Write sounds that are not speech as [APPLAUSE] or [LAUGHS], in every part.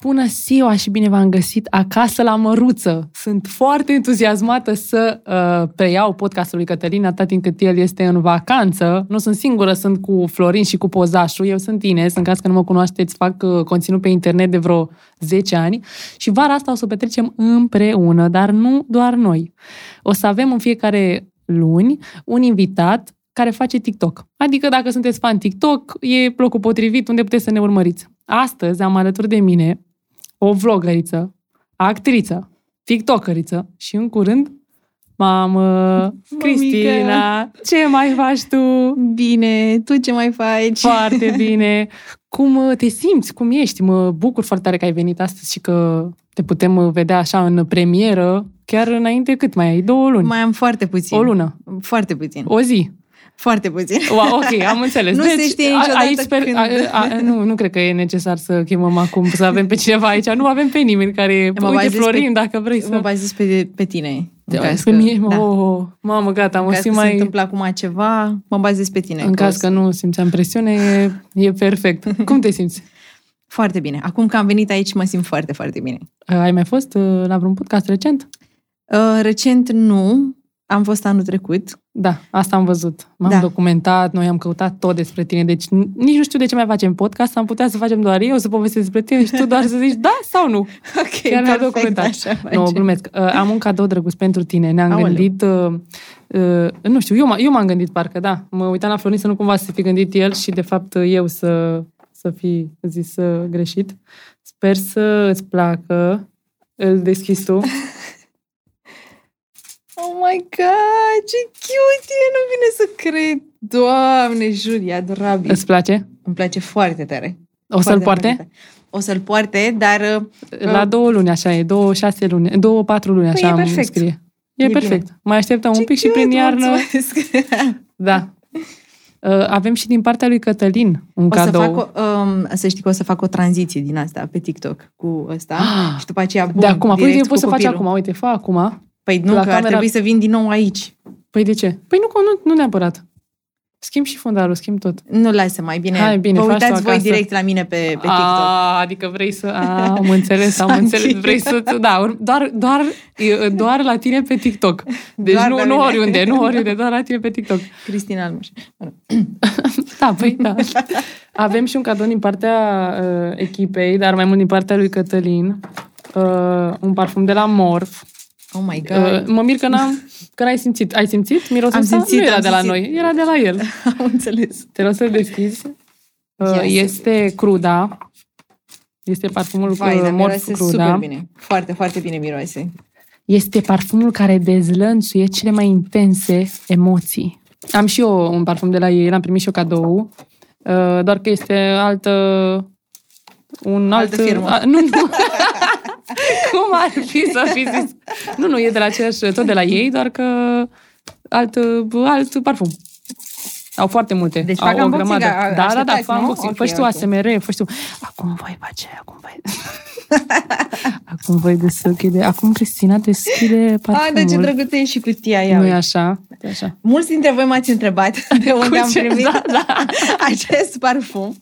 Bună ziua și bine v-am găsit acasă la Măruță. Sunt foarte entuziasmată să uh, preiau podcastul lui Cătălin atât timp cât el este în vacanță. Nu sunt singură, sunt cu Florin și cu Pozașu. Eu sunt Ines, în caz că nu mă cunoașteți, fac uh, conținut pe internet de vreo 10 ani. Și vara asta o să o petrecem împreună, dar nu doar noi. O să avem în fiecare luni un invitat care face TikTok. Adică dacă sunteți fan TikTok, e locul potrivit unde puteți să ne urmăriți. Astăzi am alături de mine o vlogăriță, actriță, tiktokăriță și în curând mamă, Cristina, ce mai faci tu? Bine, tu ce mai faci? [LAUGHS] Foarte bine! Cum uh, te simți? Cum ești? Mă bucur foarte tare că ai venit astăzi și că te putem uh, vedea așa în premieră, chiar înainte cât mai ai? Două luni, Mai am foarte puțin. o lună, Foarte puțin. o zi. Foarte puțin. Wow, [LAUGHS] ok, am înțeles. Deci, Nu se știe niciodată aici sper, când. a, a, nu, nu cred că e necesar să chemăm acum, să avem pe cineva aici. Nu avem pe nimeni care... Mă uite, bazez Florin, pe- dacă vrei Mă să... bazez pe, pe tine. în Te- caz Pe că- mine, da. oh, mamă, gata, În mă caz că simt se mai... întâmplă acum ceva, mă bazez pe tine. În caz o că să- nu simțeam presiune, e, e [LAUGHS] perfect. Cum te simți? Foarte bine. Acum că am venit aici, mă simt foarte, foarte bine. Ai mai fost uh, la vreun podcast recent? Uh, recent nu. Am fost anul [LAUGHS] trecut. Da, asta am văzut. M-am Da. documentat, noi am căutat tot despre tine, deci n- nici nu știu de ce mai facem podcast, am putea să facem doar eu, să povestesc despre tine și tu doar să zici da sau nu. Ok, Chiar mi-a documentat. [LAUGHS] Așa Nu, facem. glumesc. Uh, am un cadou drăguț pentru tine. Ne-am Aoleu. gândit... Uh, uh, nu știu, eu, m- eu m-am gândit parcă, da. Mă uitam la Florin să nu cumva să fi gândit el și, de fapt, uh, eu să, să fi zis uh, greșit. Sper să îți placă. Îl deschizi [LAUGHS] tu. Oh my god, ce cute e! Nu vine să cred! Doamne, jur, e adorabil. Îți place? Îmi place foarte tare. O să-l Foarte, poarte? foarte tare. O să-l poarte, dar uh, La două luni, așa e. Două, șase luni. Două, patru luni, așa Păi e am perfect. scrie. E, E perfect. Mai așteptăm un ce pic și prin cute, iarnă... [LAUGHS] mulțumesc. [LAUGHS] Da. Uh, avem și din partea lui Cătălin un o să, cadou. fac o, um, să știi că o să fac o tranziție din asta pe TikTok cu ăsta Ah! și după aceea bum, de acum, păi direct uite, cu poți să faci copilul. acum, uite, fă acum. Păi nu, la că ar camera- trebui să vin din nou aici. Păi de ce? Păi nu, nu, nu neapărat. Schimb și fundalul, schimb tot. Nu, lasă, mai bine. Hai, bine, Vă faci tu uitați voi acasă. direct la mine pe, pe TikTok. A, adică vrei să... A, am înțeles, [LAUGHS] am S-a înțeles. închis. Vrei să... Da, ur- doar, doar, e, doar la tine pe TikTok. Deci Doar nu, la nu mine. oriunde, nu oriunde, doar la tine pe TikTok. Cristina Almuș. Da, păi [LAUGHS] da. Avem și un cadou din partea uh, echipei, dar mai mult din partea lui Cătălin. Uh, un parfum de la Morph. Oh my god. Uh, mă mir că n-am... Că n-ai simțit. Ai simțit? Mirosul Am ăsta? simțit, Nu era am de la simțit. noi, era de la el. [LAUGHS] Am înțeles. Te rog să-l deschizi. Uh, Ia să Este cruda. Este parfumul Vai, uh, dar Morf miroase cruda. super bine. Foarte, foarte bine miroase. Este parfumul care dezlănțuie cele mai intense emoții. Am și eu un parfum de la ei, l-am primit și eu cadou, uh, doar că este altă... Un alt, Altă firmă. A, nu, [LAUGHS] nu. Cum ar fi să fi zis? Nu, nu, e de la aceeași, tot de la ei, doar că alt, alt parfum. Au foarte multe. Deci au fac o unboxing, grămadă. a- Da, da, da, așteptați, fac nu? unboxing. Ok, Fă și tu ok. ASMR, fă și tu. Acum voi face, acum voi... [LAUGHS] acum voi deschide. Acum Cristina deschide Ah, parfumul. dar ce drăguțe e și cutia Nu e ea. așa? E așa. Mulți dintre voi m-ați întrebat [LAUGHS] de unde am ce? primit Da, da. [LAUGHS] acest parfum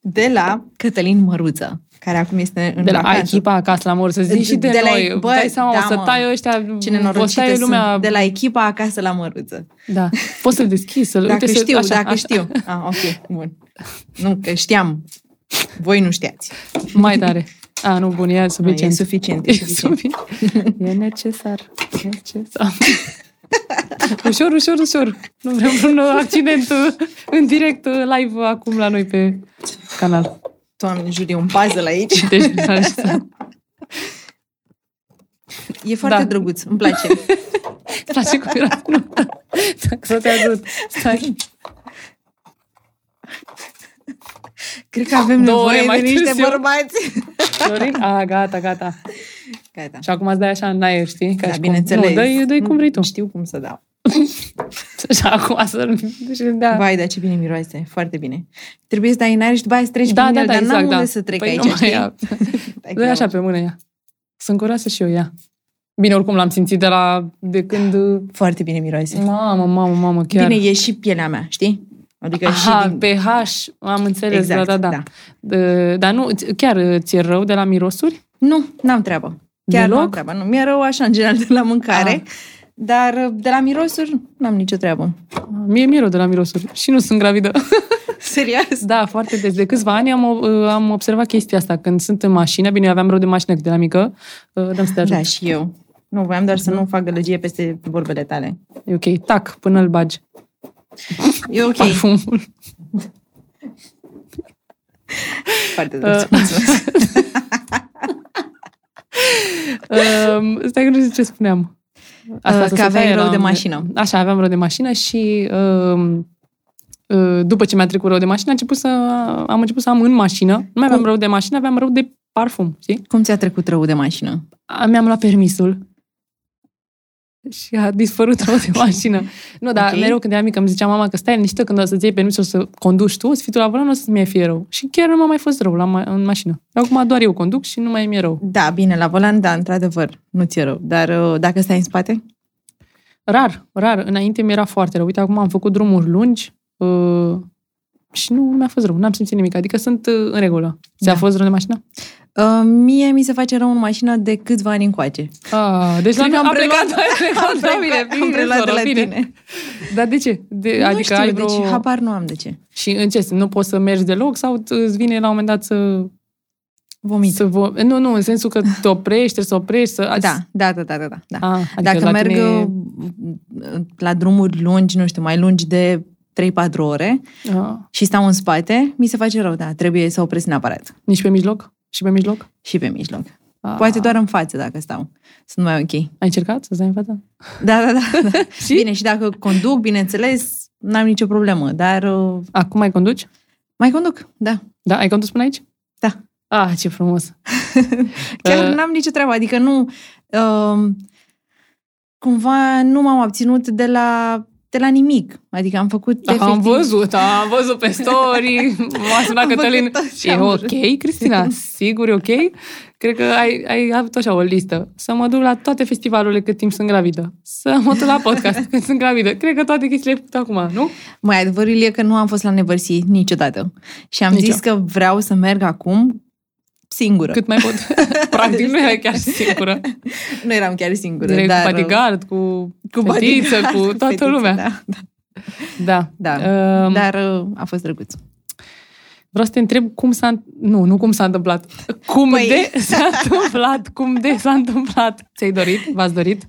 de la Cătălin Măruță, care acum este în De la vacanță. echipa acasă la mor, să zici De- și de, de la- noi. bă, Dai seama, da, o să mă. tai ăștia, Cine o să tai norocită lumea. sunt de la echipa acasă la Măruță. Da. Poți să-l deschizi, să-l... Dacă uite, știu, să... așa, dacă așa. [LAUGHS] știu. Ah, ok, bun. Nu, că știam. Voi nu știați. Mai tare. A, nu, bun, e Nu, E suficient. suficient. E E suficient. suficient. E necesar. [LAUGHS] Necesar. ușor, ușor, ușor. Nu vrem un accident uh, în direct uh, live uh, acum la noi pe canal. Doamne, jur, e un puzzle aici. Deci, da, așa. E foarte Da. drăguț, îmi [LAUGHS] place. Îți place cu miros? Nu. Stai, Să te ajut. Stai. Cred că avem Două nevoie ore mai de niște târziu. bărbați. Florin? A, gata, gata. Gata. Și acum îți dai așa în aer, știi? Ca Da, și cum- bineînțeles. Mm. Nu, dai, dai cum vrei tu. Știu cum să dau. Și acum să... și- Da. Vai, dar ce bine miroase, foarte bine. Trebuie să dai în aer și după aia să treci Da, prin da, el, da, dar n-am exact, da. unde să trec aici, nu mai știi? ia. Stai că Dă iau așa pe mână ea. Sunt curioasă și eu ea. Bine, oricum l-am simțit de la de când... Foarte bine miroase. Mamă, mamă, mamă, chiar. Bine, e și pielea mea, știi? Adică Aha, și din... pe H, am înțeles, Exact, da, da, da. da. da. Dar nu, ți- chiar ți-e rău de la mirosuri? Nu, n-am treabă. Chiar Deloc? n-am treabă. Nu, mi-e rău așa, în general, de la mâncare. Ah. Dar uh, de la mirosuri n-am nicio treabă. [LAUGHS] Mie mi-e rău de la mirosuri și nu sunt gravidă. Serios? da, foarte des. De câțiva ani am, o- uh, am observat chestia asta. Când sunt în mașină, bine, eu aveam rău de mașină de la mică, uh, dar am să te ajut. Da, și eu. Nu, voiam doar să Mhm. nu fac gălăgie peste vorbele tale. E ok, tac, până îl bagi. [LAUGHS] E ok. Parfumul. [LAUGHS] Foarte drăguț, Uh. [LAUGHS] mulțumesc. Um, stai că nu știu ce spuneam. Uh, să că se aveai taie, rău de eram- mașină. Așa, aveam rău de mașină și um, uh, după ce mi-a trecut rău de mașină, a început să, am început să am în mașină. Nu mai aveam Cum? rău de mașină, aveam rău de parfum, știi? Cum ți-a trecut rău de mașină? A- Mi-am luat permisul și a dispărut [LAUGHS] rău de mașină. Nu, dar Ok. mereu când eram mică îmi zicea mama că stai liniștită când o să-ți iei permisul să conduci tu, o să fii tu la volan, nu o să-ți mai fie rău. Și chiar nu m-a mai fost rău la ma- în mașină. Acum doar eu conduc și nu mai mi-e rău. Da, bine, la volan, da, într-adevăr, nu ți-e rău. Dar uh, dacă stai în spate? Rar, rar. Înainte mi-era foarte rău. Uite, acum am făcut drumuri lungi uh, și nu mi-a fost rău. N-am simțit nimic. Adică sunt uh, în regulă. Ți-a Da. fost rău de mașină? Uh, mie mi se face rău în mașină de câțiva ani încoace. Ah, deci la Cred mine că am a preluat- plecat [LAUGHS] recomandabile. [LAUGHS] am Bine, preluat de soră, la bine. tine. Dar de ce? De, Nu adică știu ai de vreo... ce, habar nu am de ce. Și în ce? sens? Nu poți să mergi deloc sau t- îți vine la un moment dat să... Vomit. să vo... Nu, nu, în sensul că te oprești, trebuie să oprești, să... Da, da, da, da, da. da. Ah, adică Dacă la merg tine... uh, la drumuri lungi, nu știu, mai lungi de 3-4 ore Ah, și stau în spate, mi se face rău, da, trebuie să opresc neapărat. nici pe mijloc? Și pe mijloc? Și pe mijloc. Ah. Poate doar în față dacă stau. Sunt mai ok. Ai încercat să stai în față? Da, da, da. da. Și? Bine, și dacă conduc, bineînțeles, n-am nicio problemă, dar uh, Acum mai conduci? mai conduc, da. Da, ai condus până aici? Da. Ah, ce frumos. Chiar Uh. n-am nicio treabă, adică nu... Uh, cumva nu m-am abținut de la, de la nimic. Adică am făcut Da, am efectiv- văzut, am văzut pe [LAUGHS] story, m-a sunat Am Cătălin. făcut tot ce E am ok, [LAUGHS] Cristina? Sigur e ok? Cred că ai, ai avut așa o listă. Să mă duc la toate festivalurile cât timp sunt gravidă. Să mă duc la [LAUGHS] podcast când sunt gravidă. Cred că toate chestiile ai făcut acum, nu? Mai adevărul e că nu am fost la nevărsit niciodată. Și am Nici Nicio. eu. zis că vreau să merg acum singură. Cât Cât... mai pot. [LAUGHS] Practic nu era chiar singură. Nu eram chiar singură, Direct dar... cu bodyguard, cu, cu fetiță, [LAUGHS] bodyguard, cu toată fetiță, lumea. Da, Da. da. Um, Dar uh, a fost drăguț. Vreau să te întreb cum s-a... Nu, nu cum s-a întâmplat. Cum Păi- de s-a întâmplat? Cum de s-a întâmplat? Ți-ai dorit? V-ați dorit?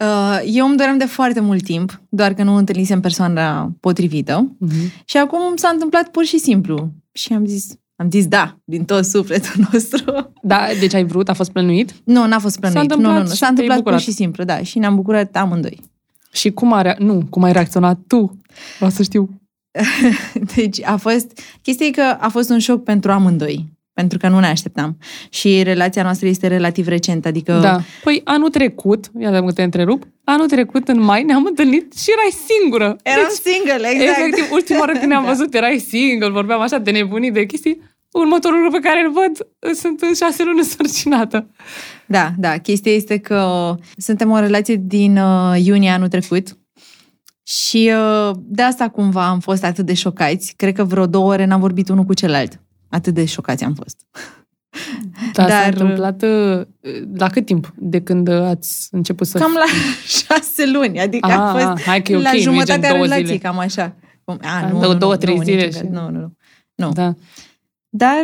Uh, Eu îmi doream de foarte mult timp, doar că nu întâlnisem persoana potrivită. Mm-hmm. Și acum s-a întâmplat pur și simplu. Și am zis, am zis da, din tot sufletul [LAUGHS] nostru. Da, deci ai vrut? A fost plănuit? Nu, n-a fost plănuit. întâmplat nu, nu, nu. și S-a te-ai întâmplat pur bucurat. și simplu, da. Și ne-am bucurat amândoi. [LAUGHS] Și cum, a rea... nu, cum ai reacționat tu? Vreau să știu. Deci a fost... Chestia e că a fost un șoc pentru amândoi. Pentru că nu ne așteptam. Și relația noastră este relativ recentă, adică... Da. Păi anul trecut, iată că te întrerup, anul trecut în mai ne-am întâlnit și erai singură. Eram single, exact. Deci, Efectiv, ultima oară când ne-am [LAUGHS] Da. văzut erai single, vorbeam așa de nebunii, de chestii. Următorul lucru pe care îl văd, sunt în șase luni însărcinată. Da, da. Chestia este că uh, suntem o relație din uh, iunie anul trecut și uh, de asta cumva am fost atât de șocați. Cred că vreo două ore n-am vorbit unul cu celălalt. Atât de șocați am fost. Dar, s-a Dar- întâmplat uh, la cât timp de când uh, ați început să... [LAUGHS] Cam la șase luni, adică Ah, a ah, fost hai că e ok, la nu e gen jumătatea două relației, zile. Ah, cam așa. Cum- A, două- două, trei nu, zile niciun și- caz, Nu, nu, nu. Da. Dar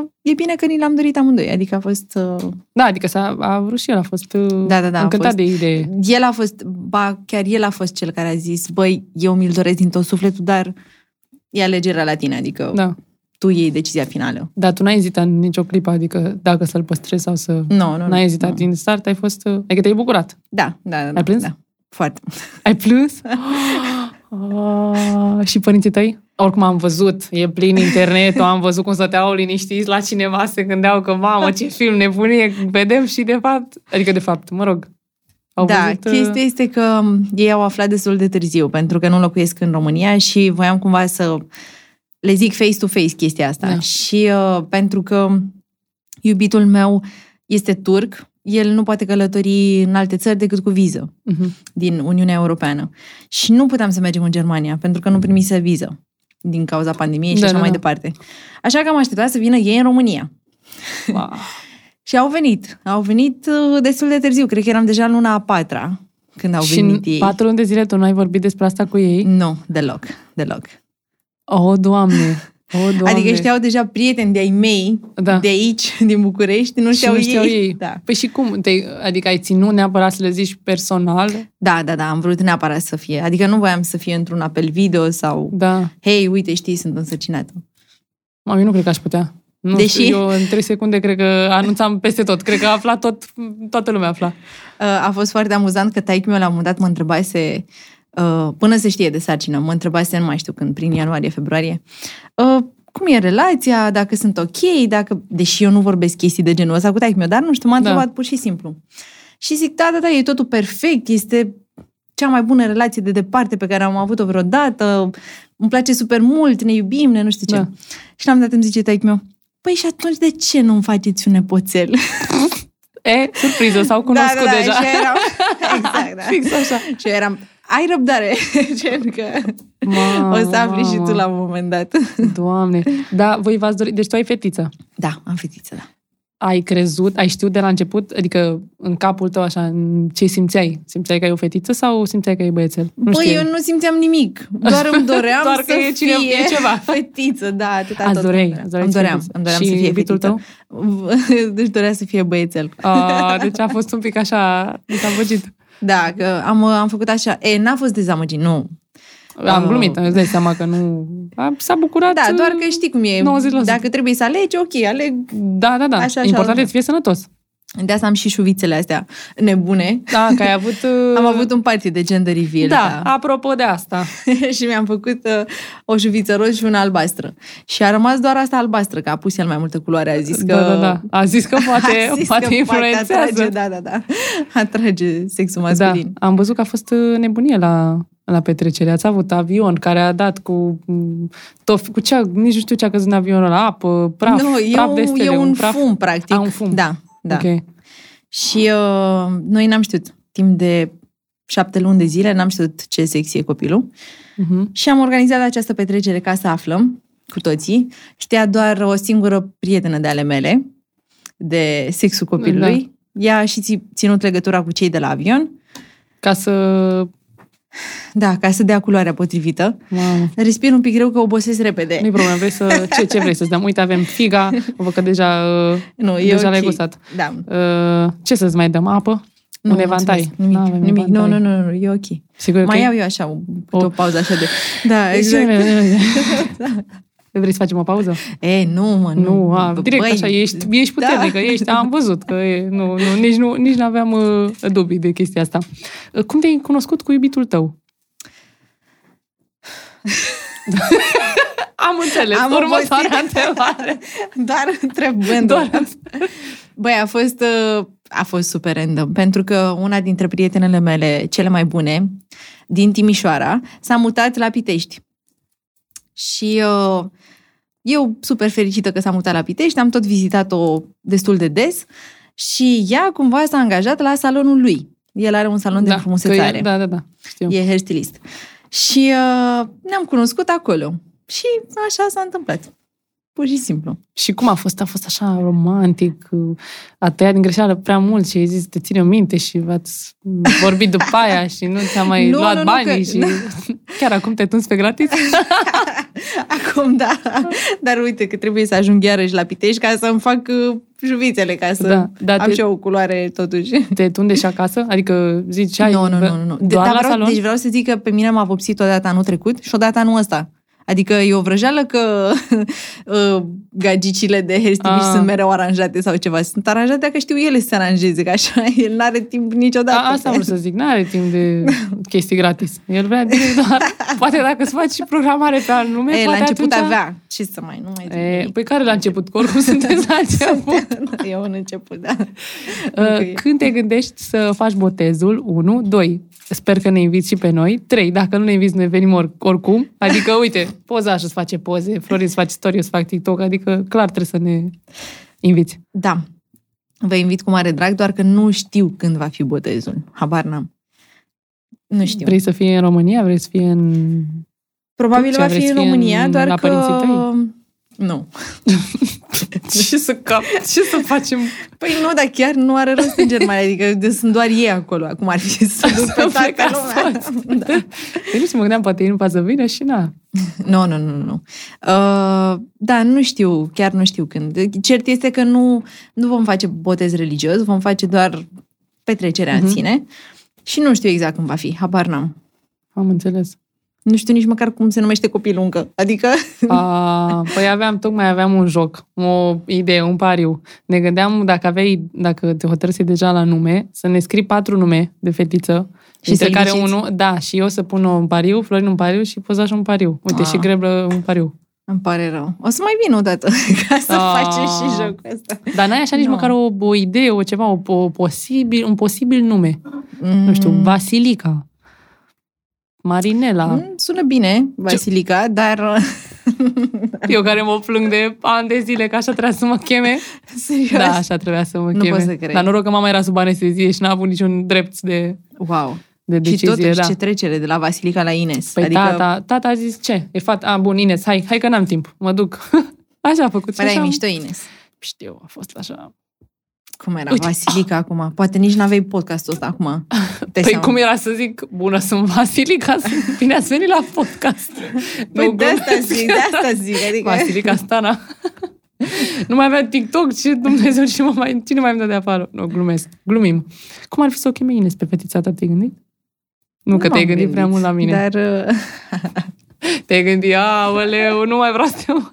uh, e bine că ni l-am dorit amândoi, adică a fost... uh, da, adică s-a a vrut și el, a fost uh, Da, da, da, a încântat fost. de idee. El a fost, ba, chiar el a fost cel care a zis, băi, eu mi-l doresc din tot sufletul, dar e alegerea la tine, adică Da. tu iei decizia finală. Dar tu n-ai ezitat în nicio clipă, adică dacă să-l păstrezi sau să... Nu, nu, nu. N-ai ezitat nu. din start, ai fost... uh, Adică te-ai bucurat. Da, da, da. Ai plâns? Da. Foarte. Ai plâns? [LAUGHS] Ah, și părinții tăi? Oricum am văzut, e plin internetul, am văzut cum stăteau liniștiți la cineva, se gândeau că, mamă, ce film nebunie, vedem și de fapt... Adică de fapt, mă rog, au da, văzut... uh, chestia este că ei au aflat destul de târziu, pentru că nu locuiesc în România și voiam cumva să le zic face-to-face chestia asta. Da. Și uh, pentru că iubitul meu este turc, el nu poate călători în alte țări decât cu viză. mhm. din Uniunea Europeană. Și nu puteam să mergem în Germania, pentru că nu primise viză. din cauza pandemiei și Da, așa da, mai da. departe. Așa că am așteptat să vină ei în România. Wow. Și au venit. Au venit uh, destul de târziu. Cred că eram deja în luna a patra când au și în venit ei. patru luni de zile tu nu ai vorbit despre asta cu ei? Nu, deloc. Deloc. O, Doamne! O, Doamne! Adică știau deja prieteni de-ai mei Da. de aici, din București, nu Și știau, nu știau ei. Da. Păi și cum? Te, adică ai ținut neapărat să le zici personal? da, da, da, am vrut neapărat să fie. Adică nu voiam să fie într-un apel video sau Da. hei, uite, știi, sunt însărcinată. Mă, eu nu cred că aș putea. Nu Deși- știu, eu în 3 secunde cred că anunțam peste tot. Cred că afla tot, toată lumea afla. Uh, A fost foarte amuzant că taic meu la un moment dat mă întrebase, uh, până se știe de sarcină, mă întrebase, nu mai știu când, prin ianuarie, februarie, uh, cum e relația, dacă sunt ok, dacă... Deși eu nu vorbesc chestii de genul ăsta cu taic meu, dar nu știu, m-a Da. întrebat pur și simplu. Și zic, da, da, da, e totul perfect, este cea mai bună relație de departe pe care am avut-o vreodată, îmi place super mult, ne iubim, ne nu știu ce. Da. Da. Și la un moment dat îmi zice taic meu, păi și atunci de ce nu-mi faceți un nepoțel? E, surpriză, s-au cunoscut da, da, da, deja. Și eu eram, [LAUGHS] exact, da. [LAUGHS] Fix așa. [LAUGHS] Și eu eram, ai răbdare, [LAUGHS] gen că Mamă, o să afli și tu la un moment dat. Doamne. Da, voi v-ați dorit. Deci tu ai fetiță. Da, am fetiță, da. Ai crezut, ai știut de la început, adică în capul tău așa, în- ce simțeai? Simțeai că e o fetiță sau simțeai că e băiețel? Nu Băi, știu. Păi eu nu simțeam nimic, doar îmi doream [LAUGHS] Doar că să e cine- fie e ceva. [LAUGHS] fetiță, da, atâta Ați tot. doreai, ați doreai îmi să doream, fie- îmi doream și să fie iubitul fetiță. tău? [LAUGHS] Deci dorea să fie băiețel. A, deci a fost un pic așa, mi s-a băgit. Da, că am, am făcut așa. E, n-a fost dezamăgit, nu. Am Ah. glumit, îți dai seama că nu... A, s-a bucurat... uh, Da, doar că știi cum e. 90%. Dacă trebuie să alegi, ok, aleg. Da, da, da. Așa, așa, Important da. e să fie sănătos. De asta am și șuvițele astea nebune. Da, că ai [LAUGHS] avut... uh, Am avut un party de gender reveal. Da, apropo de asta. [LAUGHS] și mi-am făcut uh, o șuviță roz și una albastră. Și a rămas doar asta albastră, că a pus el mai multă culoare, a zis că... Da, da, da. A zis că poate, [LAUGHS] a zis poate că influențează. Poate atrage, da, da, da. [LAUGHS] Atrage sexul da, masculin. am văzut că a fost uh, nebunie la, la petrecere. Ați avut avion care a dat cu mm, tot, cu ce, nici nu știu ce a căzut în avionul la apă, praf, nu, e praf un, de stele, e un, praf. fum, practic. A, un fum. Da, da. Okay. Ok. Și uh, noi n-am știut timp de șapte luni de zile, n-am știut ce sex e copilul. Mhm. Și am organizat această petrecere ca să aflăm cu toții. Știa doar o singură prietenă de ale mele de sexul copilului. Da. Ea a și ți- ținut legătura cu cei de la avion, Ca să... da, ca să dea culoarea potrivită. Mamă. Respir un pic greu că obosesc repede. Nu-i problemă, vrei să... Ce, ce vrei să-ți dăm? Uite, avem figa, văd că deja, uh, [LAUGHS] Nu, e deja ok. l-ai gustat. Da. Uh, ce să-ți mai dăm? Apă? Nu, un evantai? mulțumesc, Nimic, N-avem nimic. Nu, evantai. nu, nu, nu, e ok. Sigur că Mai e? Oh. Deci, Păi, iau eu așa, o, O- o pauză așa de... Da, exact. [LAUGHS] Vrei să facem o pauză? E, nu, mă, nu. Nu, a, direct Băi, da. așa, ești, ești puternică, ești, [LAUGHS] am văzut că e, nu, nu, nici nu nici aveam uh, dubii de chestia asta. Uh, Cum te-ai cunoscut cu iubitul [LAUGHS] tău? [LAUGHS] am înțeles, am Am următoarea obosit. întrebare. Doar întrebând. Doar- Băi, a fost, uh, a fost super random, pentru că una dintre prietenele mele cele mai bune din Timișoara s-a mutat la Pitești. Și uh, eu super fericită că s-a mutat la Pitești, am tot vizitat-o destul de des și ea cumva s-a angajat la salonul lui. El are un salon de că frumusețare. e- Da, da, da, știu. E hairstylist. Și uh, ne-am cunoscut acolo. Și așa s-a întâmplat. Pur și simplu. [LAUGHS] Și cum a fost? A fost așa romantic, uh, a tăiat din greșeală prea mult și ai zis, te ține o minte și v-ați vorbit după aia și nu ți-a mai [LAUGHS] Nu, luat nu, nu, banii că- și [LAUGHS] chiar acum te tunzi pe gratis? Acum, da. [LAUGHS] Dar uite că trebuie să ajung iarăși la Pitești ca să-mi fac uh, juvițele, ca [LAUGHS] să Da, da, da, da, am te- și eu o culoare totuși. Te tunde și acasă? Adică zici, [LAUGHS] ai, nu, nu, nu, nu. doar dar la vreau, salon? Deci vreau să zic că pe mine m-a vopsit odată anul trecut și odată anul ăsta. Adică e o vrăjeală că [LAUGHS] uh, gagicile de hairstylist Ah. sunt mereu aranjate sau ceva. Sunt aranjate dacă știu ele să se aranjeze, că așa [LAUGHS] el n-are timp niciodată. A, asta vreau să zic, nu are timp de chestii gratis. El vrea direct doar... [LAUGHS] Poate dacă îți faci și programare pe anume, Ei, la poate început atunci... avea. Ce să mai, nu mai zic [LAUGHS] E, nimic. păi care la început? Că oricum sunteți [LAUGHS] la început. E un început, da. Uh, Când te gândești să faci botezul? 1, 2. Sper că ne inviți și pe noi. 3. Dacă nu ne inviți, noi venim or- oricum. [LAUGHS] Adică, uite, poza așa îți face poze, Florin îți face story, eu îți fac TikTok, adică clar trebuie să ne inviți. Da. Vă invit cu mare drag, doar că nu știu când va fi botezul. Habar n-am. Nu știu. Vrei să fie în România? Vrei să fie în Probabil Ce, va fi vreți în fi România, în- doar la că... părinții tăi? Nu. [LAUGHS] ce să cap, ce să facem? Păi nu, dar chiar nu are rost în Germania, adică de- sunt doar ei acolo. Acum ar fi [LAUGHS] să duc pe pleca toată [LAUGHS] lumea. Da. Eu nici nu mă gândeam, poate ei nu poate să vină și na. Nu, nu, nu, nu. Uh, da, nu știu, chiar nu știu când. Cert este că nu, nu vom face botez religios, vom face doar petrecerea în Mhm. sine și nu știu exact cum va fi, habar n-am. Am înțeles. Nu știu nici măcar cum se numește copilul încă. Adică, [LAUGHS] A, păi aveam, tocmai aveam un joc, o idee, un pariu. Ne gândeam dacă aveai, dacă te hotărâsi deja la nume, să ne scrii patru nume de fetiță. Și dintre să-l care ghiciți. unul, da, și eu să pun un pariu, Florin un pariu și pozaș un pariu. Uite, Ah. și greblă un pariu. îmi pare rău. O să mai vin o dată [LAUGHS] ca să Ah. facem și jocul ăsta. Dar n-ai așa nici Nu. măcar o, o idee, o ceva, o, o posibil, un posibil nume. Nu știu, Mm, Vasilica, Marinela. Mm, Sună bine, Vasilica, dar uh, Eu care mă plâng de ani de zile că așa trebuia să mă cheme. [LAUGHS] serios. Da, așa trebuia să mă Nu cheme. pot să cred. Dar noroc că mama era sub anestezie și n-a avut niciun drept de, Wow. de și decizie. totuși, da. ce trecere de la Vasilica la Ines. Păi adică, tata, tata a zis ce? E fata, a, bun, Ines, hai, hai că n-am timp, mă duc. [LAUGHS] așa a făcut. și păreai așa am- Păi, mișto, Ines. Știu, a fost așa. Cum era Uite. Uite. Vasilica acum? Poate nici n-aveai podcastul ăsta [LAUGHS] acum. Te Păi cum era să zic, bună, sunt Vasilica, sunt- bine ați venit la podcast. Păi Nu de asta glumesc. zic, de asta zic. Adică... Vasilica Stana. nu mai avea TikTok, ce Dumnezeu, ce mă mai, cine mai îmi dă de afară? Nu, glumesc, glumim. Cum ar fi să o cheme Ines pe fetița ta, te-ai gândit? Nu, că m-am te-ai gândit prea mult la mine. Dar uh, Te-ai gândit, aoleu, nu mai vreau să te mă...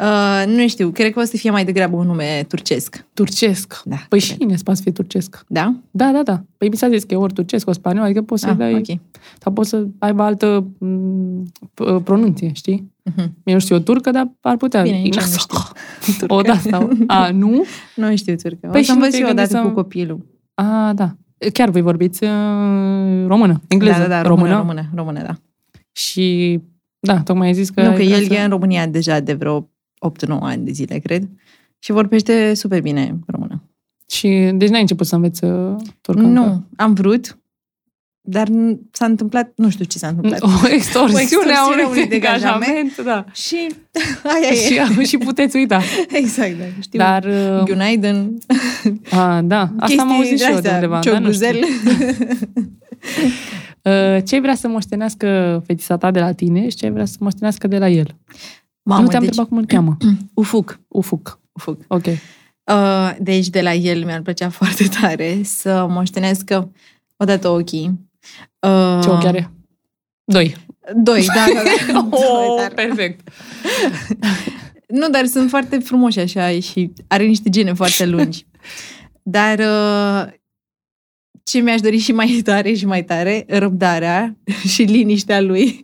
uh, nu știu, cred că o să fie mai degrabă un nume turcesc. Turcesc. Da, Păi cred. și Ines poate să fie turcesc. Da? Da, da, da. Păi mi s-a zis că e ori turcesc, ori spaniol, adică poți să-i Ah, dai... ok. Sau poți să aibă altă m, p- pronunție, știi? Mhm. Eu nu știu, o turcă, dar ar putea. Bine, nici eu nu Ignaț- știu. [LAUGHS] O da sau... A, nu? Nu știu turcă. Păi o și să nu învăț te-ai eu gândit odată să- cu copilul. A, da. Chiar voi vorbiți uh, română, engleză, da, da, da, română, română, română, da. Și, da, tocmai ai zis că... nu, ai că vrea el să- e în România deja de vreo 8-9 ani de zile, cred. Și vorbește super bine română. Și, deci n-ai început să înveți uh, turcă încă. Nu, am vrut, dar n- s-a întâmplat, nu știu ce s-a întâmplat. [LAUGHS] O extorsiune a a unui, [LAUGHS] unui degajament, da. Și [LAUGHS] aia e. Și, [LAUGHS] și puteți uita. [LAUGHS] Exact, da, știu. Dar, uh, Günaydın. a, da, asta am chestii auzit și eu de de-astea, undeva. Dar nu știu. ciocguzel. [LAUGHS] [LAUGHS] Uh, Ce ai vrea să moștenească fetița ta de la tine și ce ai vrea să moștenească de la el? Mamă, nu te-am deci, întrebat cum îl cheamă. [CLEARS THROAT] ufuc. Ufuc. ufuc. Ok. Uh, deci de la el mi-ar plăcea [LAUGHS] foarte tare să moștenească odată ochii. Uh, Ce ochi are? Doi. Doi, da, [LAUGHS] da, da. [LAUGHS] Doi, Oh, dar- perfect. Nu, dar sunt foarte frumoși așa și are niște gene [LAUGHS] foarte lungi. Dar uh, ce mi-aș dori și mai tare și mai tare, răbdarea [LAUGHS] și liniștea lui.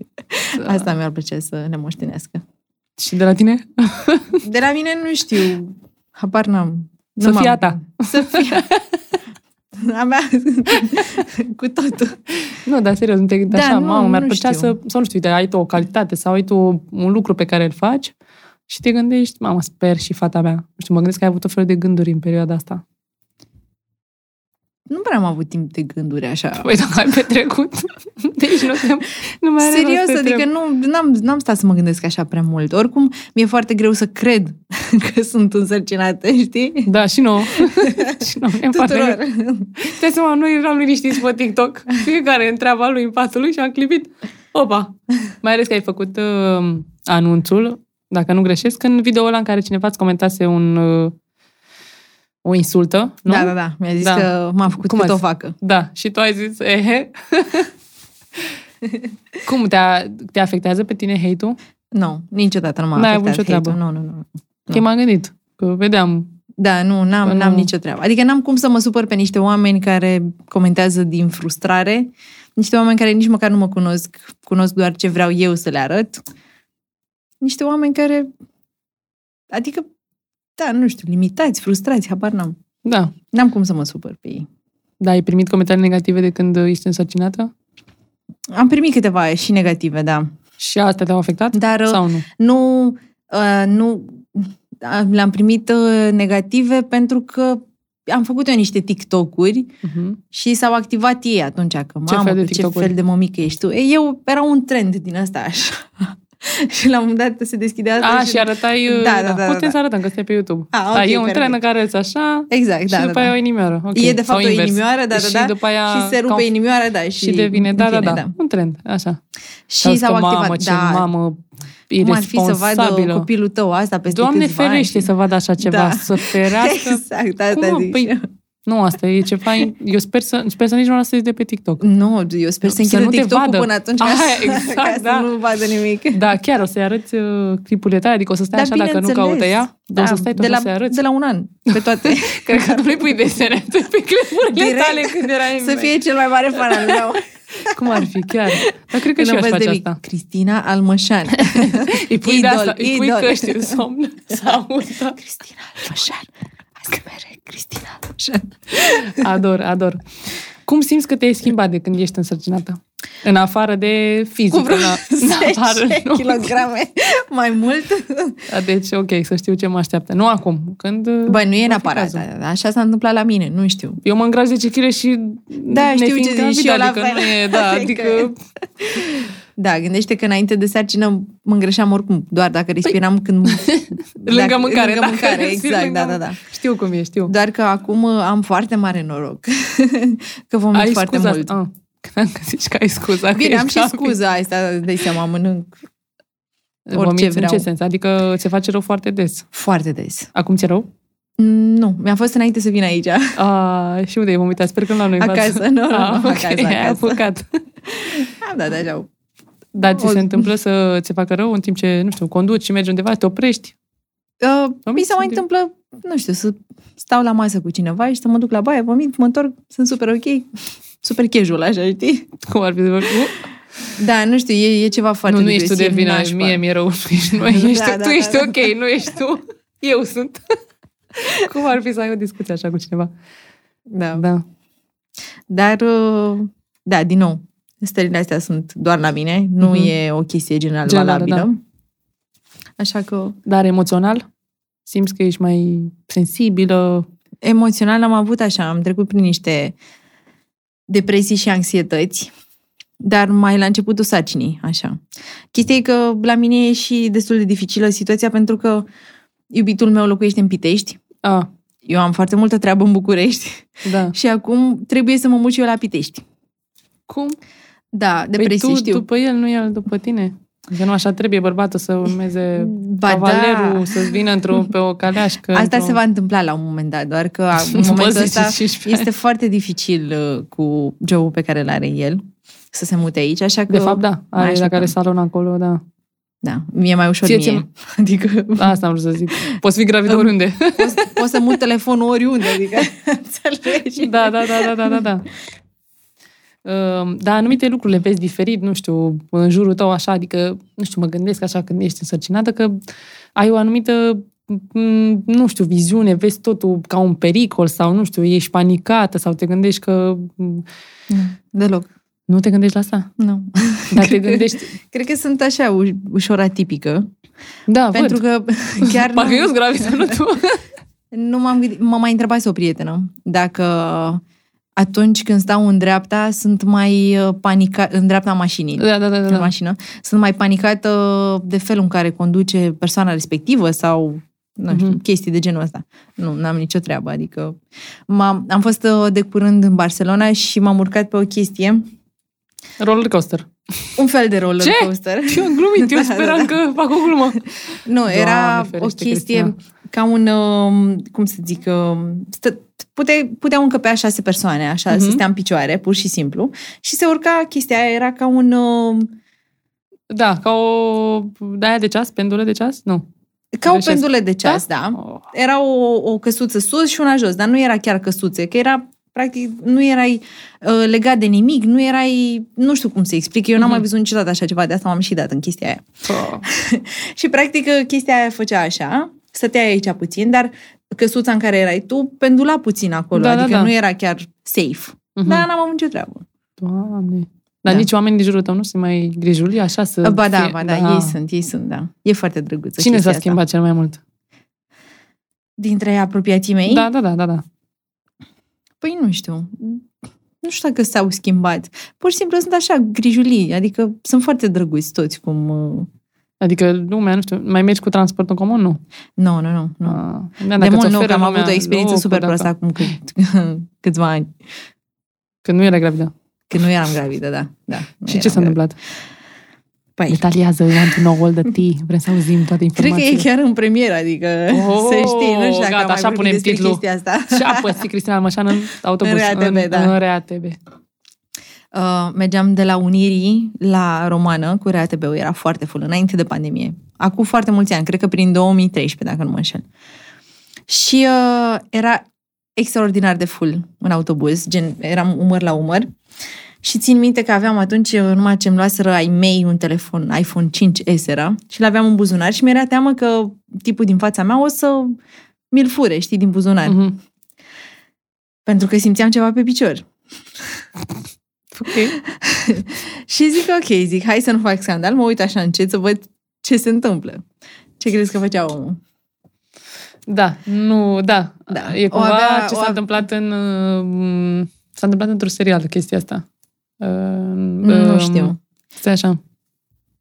Da. Asta mi-ar plăcea să ne moștenească. Și de la tine? De la mine nu știu, habar n-am. Nu Să m-am- fie a ta. Să fie [LAUGHS] a mea cu totul. Nu, dar serios, nu te gândi Da, așa, nu, mamă, mi-ar nu plăcea știu. să, sau nu știu, uite, ai tu o calitate sau ai tu un lucru pe care îl faci și te gândești, mamă, sper și fata mea. Nu știu, mă gândesc că ai avut o fel de gânduri în perioada asta. Nu prea am avut timp de gânduri așa. Păi dacă ai petrecut, [LAUGHS] deci nu, te, nu mai are rost Serios, să te adică întreb. nu, n-am, n-am stat să mă gândesc așa prea mult. Oricum, mi-e foarte greu să cred [LAUGHS] că sunt însărcinată, știi? Da, și nouă. [LAUGHS] și nouă. ne-mi pare rău. Tuturor. Te seama, noi eram liniștiți pe [LAUGHS] TikTok. Fiecare întreaba lui în pasul lui și am clipit. Opa! Mai ales că ai făcut uh, anunțul, dacă nu greșesc, în videoul ăla în care cineva îți comentase un, uh, o insultă, nu? Da, da, da. Mi-a zis Da. că m-a făcut Cum cât ați- o facă. Da, și tu ai zis, [LAUGHS] ehe. Cum te, te afectează pe tine hate-ul? Nu, niciodată nu m-a N-ai avut afectat nicio hate-ul. treabă. Nu, nu, nu. Că m-am gândit, că vedeam. Da, nu, Că n-am, nu- n-am nicio treabă. Adică n-am cum să mă supăr pe niște oameni care comentează din frustrare, niște oameni care nici măcar nu mă cunosc, cunosc doar ce vreau eu să le arăt, niște oameni care, adică, da, nu știu, limitați, frustrați, habar n-am. Da. N-am cum să mă supăr pe ei. Da, ai primit comentarii negative de când uh, ești însărcinată? Am primit câteva și negative, da. Și astea te-au afectat? Dar uh, Sau nu? nu, uh, nu am- le-am primit uh, negative pentru că am făcut eu niște TikTok-uri Uh-huh. și s-au activat ei atunci, că Ce mamă, fel de că ce TikTok-uri? fel de mămică ești tu. Ei, eu, era un trend din asta așa. [LAUGHS] și la un moment dat se deschidea asta A, și arătai... uh, Da, da, da, da, Putem da. să arătăm, că stai pe YouTube. A, ok, da, e un perfect. tren în care îți așa Exact, și da, după da, aia da. o inimioară. Ok. E de fapt Sau o invers. inimioară, da, da, și da. După aia și se rupe conf- inimioara, da. Și, Și devine, în da, fine, da, da, un trend, așa. Sau Și zic s-au că, activat, Mamă, ce da. mamă Cum ar fi să vadă irresponsabilă. copilul tău asta peste Doamne câțiva ani ferește și- să vadă așa ceva, Da. să ferească. [LAUGHS] Exact, asta Cum, zic. păi- nu, asta e ceva... Eu sper să, sper să nici nu o lasă de pe [LAUGHS] TikTok. Nu, eu sper să Să închidă nu te TikTok-ul vadă. până atunci Aia, [LAUGHS] ca, exact, ca să da. nu vadă nimic. Da, chiar o să-i arăți uh, clipurile tale, adică o să stai Dar așa dacă nu bineînțeles. Da, caută ea, dar o să stai tot de la, să-i arăți. de la un an, pe [LAUGHS] toate. Cred că tu nu-i pui desene pe clipurile Direct. tale când erai să fie cel mai mare fan al [LAUGHS] meu. Cum ar fi, chiar. Dar cred că Când și eu aș învăț face de mic. [LAUGHS] asta. Cristina [LAUGHS] Almășan. Îi pui de Idol, asta, îi pui idol. căști în somn. [LAUGHS] Sau da. Cristina Almășan. Asta mere, Cristina Almășan. Ador, ador. Cum simți că te-ai schimbat de când ești însărcinată? În afară de fizic. Cu vreo în a- [LAUGHS] în 10 nu. kilograme mai mult. [LAUGHS] Da, Deci, ok, să știu ce mă așteaptă. Nu acum, când... uh, Băi, nu e va fi neapărat. cazul. da, da, Așa s-a întâmplat la mine, nu știu. Eu mă îngraș 10 kg și Da, știu nefiind ce gravidă, zici, și eu la adică fel. nu e, da, [LAUGHS] Adică- adică Da, gândește că înainte de sarcină mă îngreșeam oricum, doar dacă respiram când... Păi- [LAUGHS] lângă mâncare, lângă dacă mâncare, respiri exact, lângă da, da, mâncare. da. știu cum e, știu. Doar că acum uh, am foarte mare noroc, [LAUGHS] că vom Ai foarte scuza mult. asta. Ah, [LAUGHS] credeam că zici că ai scuza. că Bine, ești am și gravid. scuza asta, dai seama, mănânc orice Vomiți vreau. În ce sens? Adică se face rău foarte des. foarte des. Acum ți-e rău? Mm, Nu, mi-a fost înainte să vin aici, A, și unde e vomitat? Sper că nu la noi. în față. [LAUGHS] acasă, nu, nu, nu, Păi Ah, ok, acasă, ai acasă. apucat. Am dat Uh, așa, o- Dar ți O- se întâmplă să ți facă rău în timp ce, nu știu, conduci și mergi undeva, te oprești? Uh, mi Vomit se mai sunt eu. întâmplă, nu știu, să stau la masă cu cineva și să mă duc la baie, vomit, mă întorc, sunt super ok, super casual, așa, știi? Cum ar fi de vorbit? Da, nu știu, e, e ceva foarte Nu, nu ești tu de depresiv, vină, nașpa. mie mi-e rău, [LAUGHS] nu ești, nu ești, Da, tu, da, tu da, ești da. ok, nu ești tu, eu sunt. [LAUGHS] Cum ar fi să ai o discuție așa cu cineva? Da. Da. Dar, uh, da, din nou, stările astea sunt doar la mine, nu Mhm. e o chestie general Generală, da. valabilă. Așa că, Dar emoțional? Simți că ești mai sensibilă? emoțional am avut așa, am trecut prin niște depresii și anxietăți, dar mai la începutul sarcinii, așa. Chestia e că la mine e și destul de dificilă situația pentru că iubitul meu locuiește în Pitești, A, eu am foarte multă treabă în București [LAUGHS] da. și acum trebuie să mă mut și eu la Pitești. Cum? Da, Păi depresii tu știu. după el, nu el după tine. Că nu așa trebuie bărbatul să urmeze Ba da, cavalerul, să-ți vină într-o, pe o caleașcă. Da, Asta într-o- se va întâmpla la un moment dat, doar [LAUGHS] că [LAUGHS] a- în După momentul 10, ăsta 15 ani. este foarte dificil uh, cu jobul pe care îl are el să se mute aici, așa că... De fapt, da. mai Are, așteptăm. dacă are salon acolo, da. Da, mi-e mai ușor Ție, mie. ție- [LAUGHS] Adică Asta am vrut să zic. Poți fi gravidă Îmi- oriunde. poți, poți să mut telefonul oriunde, [LAUGHS] adică înțelegi? da, da, da, da, da, da, da. Um, Dar anumite lucruri le vezi diferit, nu știu, în jurul tău așa, adică, nu știu, mă gândesc așa când ești însărcinată că ai o anumită, m, nu știu, viziune, vezi totul ca un pericol sau, nu știu, ești panicată sau te gândești că... m, Nu, Deloc, Nu te gândești la asta? nu. Dar [LAUGHS] te Cred că- gândești... Cred că sunt așa u- ușor atipică, Da, pentru văd. [LAUGHS] că chiar Parcă nu, eu sunt gravidă, nu tu. [LAUGHS] nu m-am gândit, mă mai întrebase o prietenă dacă atunci când stau în dreapta sunt mai uh, panică în dreapta mașinii. Da, da, da, da. în da. mașină, sunt mai panicată de felul în care conduce persoana respectivă sau nu știu, Mhm. mm-hmm. chestii de genul ăsta. Nu, n-am nicio treabă, adică m-am, am fost uh, de curând în Barcelona și m-am urcat pe o chestie, Roller coaster. un fel de roller Ce? coaster. Și eu am glumit, eu [LAUGHS] Da, da, speram da. că fac o glumă. Nu, era Doamne o ferește, chestie Cristina. ca un, um, cum să zic, um, stă, pute, puteau încăpea șase persoane, așa, Mhm. mm-hmm. să stea în picioare, pur și simplu, și se urca chestia aia, era ca un... um, Da, ca o... De-aia de ceas? Pendulă de ceas? Nu. ca o Greșesc. pendulă de ceas, da? da. Oh. era o, o căsuță sus și una jos, dar nu era chiar căsuțe, că era, practic, nu erai uh, legat de nimic, nu erai, nu știu cum să explic, eu n-am Mhm. mai văzut niciodată așa ceva, de asta m-am și dat în chestia aia. Oh. Și, practic, uh, chestia aia făcea așa, stăteai aici puțin, dar căsuța în care erai tu pendula puțin acolo, Da, da, adică da. nu era chiar safe. Mhm. Mm-hmm. Dar n-am avut nicio treabă. Doamne. Dar Da. nici oamenii din jurul tău nu sunt mai grijuli așa să... Ba da, fie- ba da, da, ei sunt, ei sunt, da. E foarte drăguță Cine chestia s-a asta. schimbat cel mai mult? Dintre apropiații mei? Da, da, da, da, da. Păi nu știu. Nu știu dacă s-au schimbat. Pur și simplu sunt așa, grijulii. Adică sunt foarte drăguți toți cum... uh, Adică lumea, nu știu, mai mergi cu transportul în comun? Nu. Nu, nu, nu. nu. Ah, da, De dacă mult îți nu, că oferă am lumea avut o experiență locul, da, super dacă- proastă acum cât, [LAUGHS] câțiva ani. Când nu era gravidă. Când nu eram gravidă, da. da nu Și ce eram s-a gravidă. întâmplat? Păi, Detaliază, I want to know all the [LAUGHS] tea. Vrem să auzim toate cred că informațiile. e chiar în premieră, adică [LAUGHS] Oh, să știi, nu știu dacă gata, am mai așa vorbit punem despre titlul. chestia asta. Și a pățit Cristina Almășan [LAUGHS] în autobuz. În RATB, în, da. În RATB. Uh, mergeam de la Unirii la Romană cu RATB-ul, era foarte full, înainte de pandemie. Acum foarte mulți ani, cred că prin 2013, dacă nu mă înșel. Și uh, era extraordinar de full în autobuz, gen, eram umăr la umăr. Și țin minte că aveam atunci, numai ce-mi luaseră ai mei un telefon, iPhone 5S era, și l-aveam în buzunar și mi-era teamă că tipul din fața mea o să mi-l fure, știi, din buzunar. Mm-hmm. Mhm. Pentru că simțeam ceva pe picior. Ok. Și zic, ok, zic, hai să nu fac scandal, mă uit așa încet să văd ce se întâmplă. Ce crezi că făcea omul? Da, nu, da. Da. E O cumva avea- ce o s-a avea- întâmplat în... uh, S-a întâmplat într-un serial chestia asta. Uh, nu um, știu. Stai așa.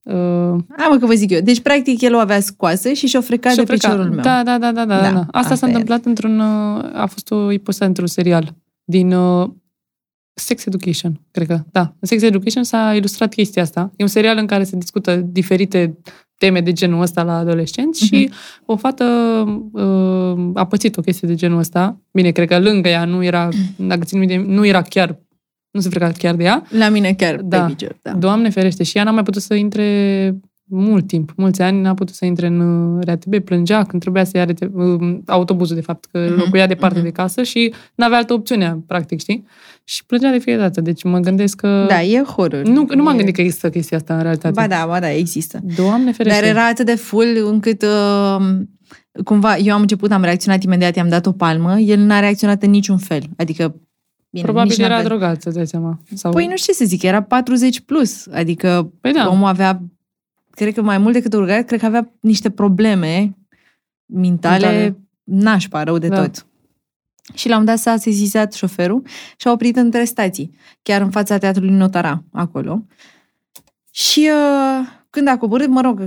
Uh, Hai mă că vă zic eu. Deci, practic, el o avea scoasă și și-o freca de și-o freca. piciorul meu. Da, da, da, da, da. Da, da, da. Asta, asta s-a e. întâmplat într-un... uh, A fost o ipostă într-un serial din uh, Sex Education, cred că. Da. În Sex Education s-a ilustrat chestia asta. E un serial în care se discută diferite teme de genul ăsta la adolescenți și Mhm. o fată uh, a pățit o chestie de genul ăsta. Bine, cred că lângă ea nu era, dacă țin minte, nu era chiar, nu se freca chiar de ea, La mine chiar Da. pe picior. Da. Doamne ferește, și ea n-a mai putut să intre mult timp, mulți ani n-a putut să intre în uh, RATB, plângea când trebuia să ia RATB, uh, autobuzul, de fapt, că Mhm, locuia departe mhm. de casă și n-avea altă opțiune, practic, știi? Și plângea de fiecare dată, deci mă gândesc că... da, e horror. nu, nu m-am E- gândit că există chestia asta în realitate. Ba da, ba da, există. Doamne ferește. Dar era atât de full încât uh, cumva eu am început, am reacționat imediat, i-am dat o palmă, el n-a reacționat în niciun fel. Adică, bine, nici Probabil n-a era dat- drogat, să dai seama. Sau... Păi nu știu ce să zic, era 40 plus, adică Păi da. da. omul avea, cred că mai mult decât drogat, cred că avea niște probleme mintale, Mintale. mintale. nașpa, rău de Da. da. tot. Și la un dat s-a sesizat șoferul și a oprit între stații, chiar în fața teatrului Notara, acolo. Și uh, când a coborât, mă rog,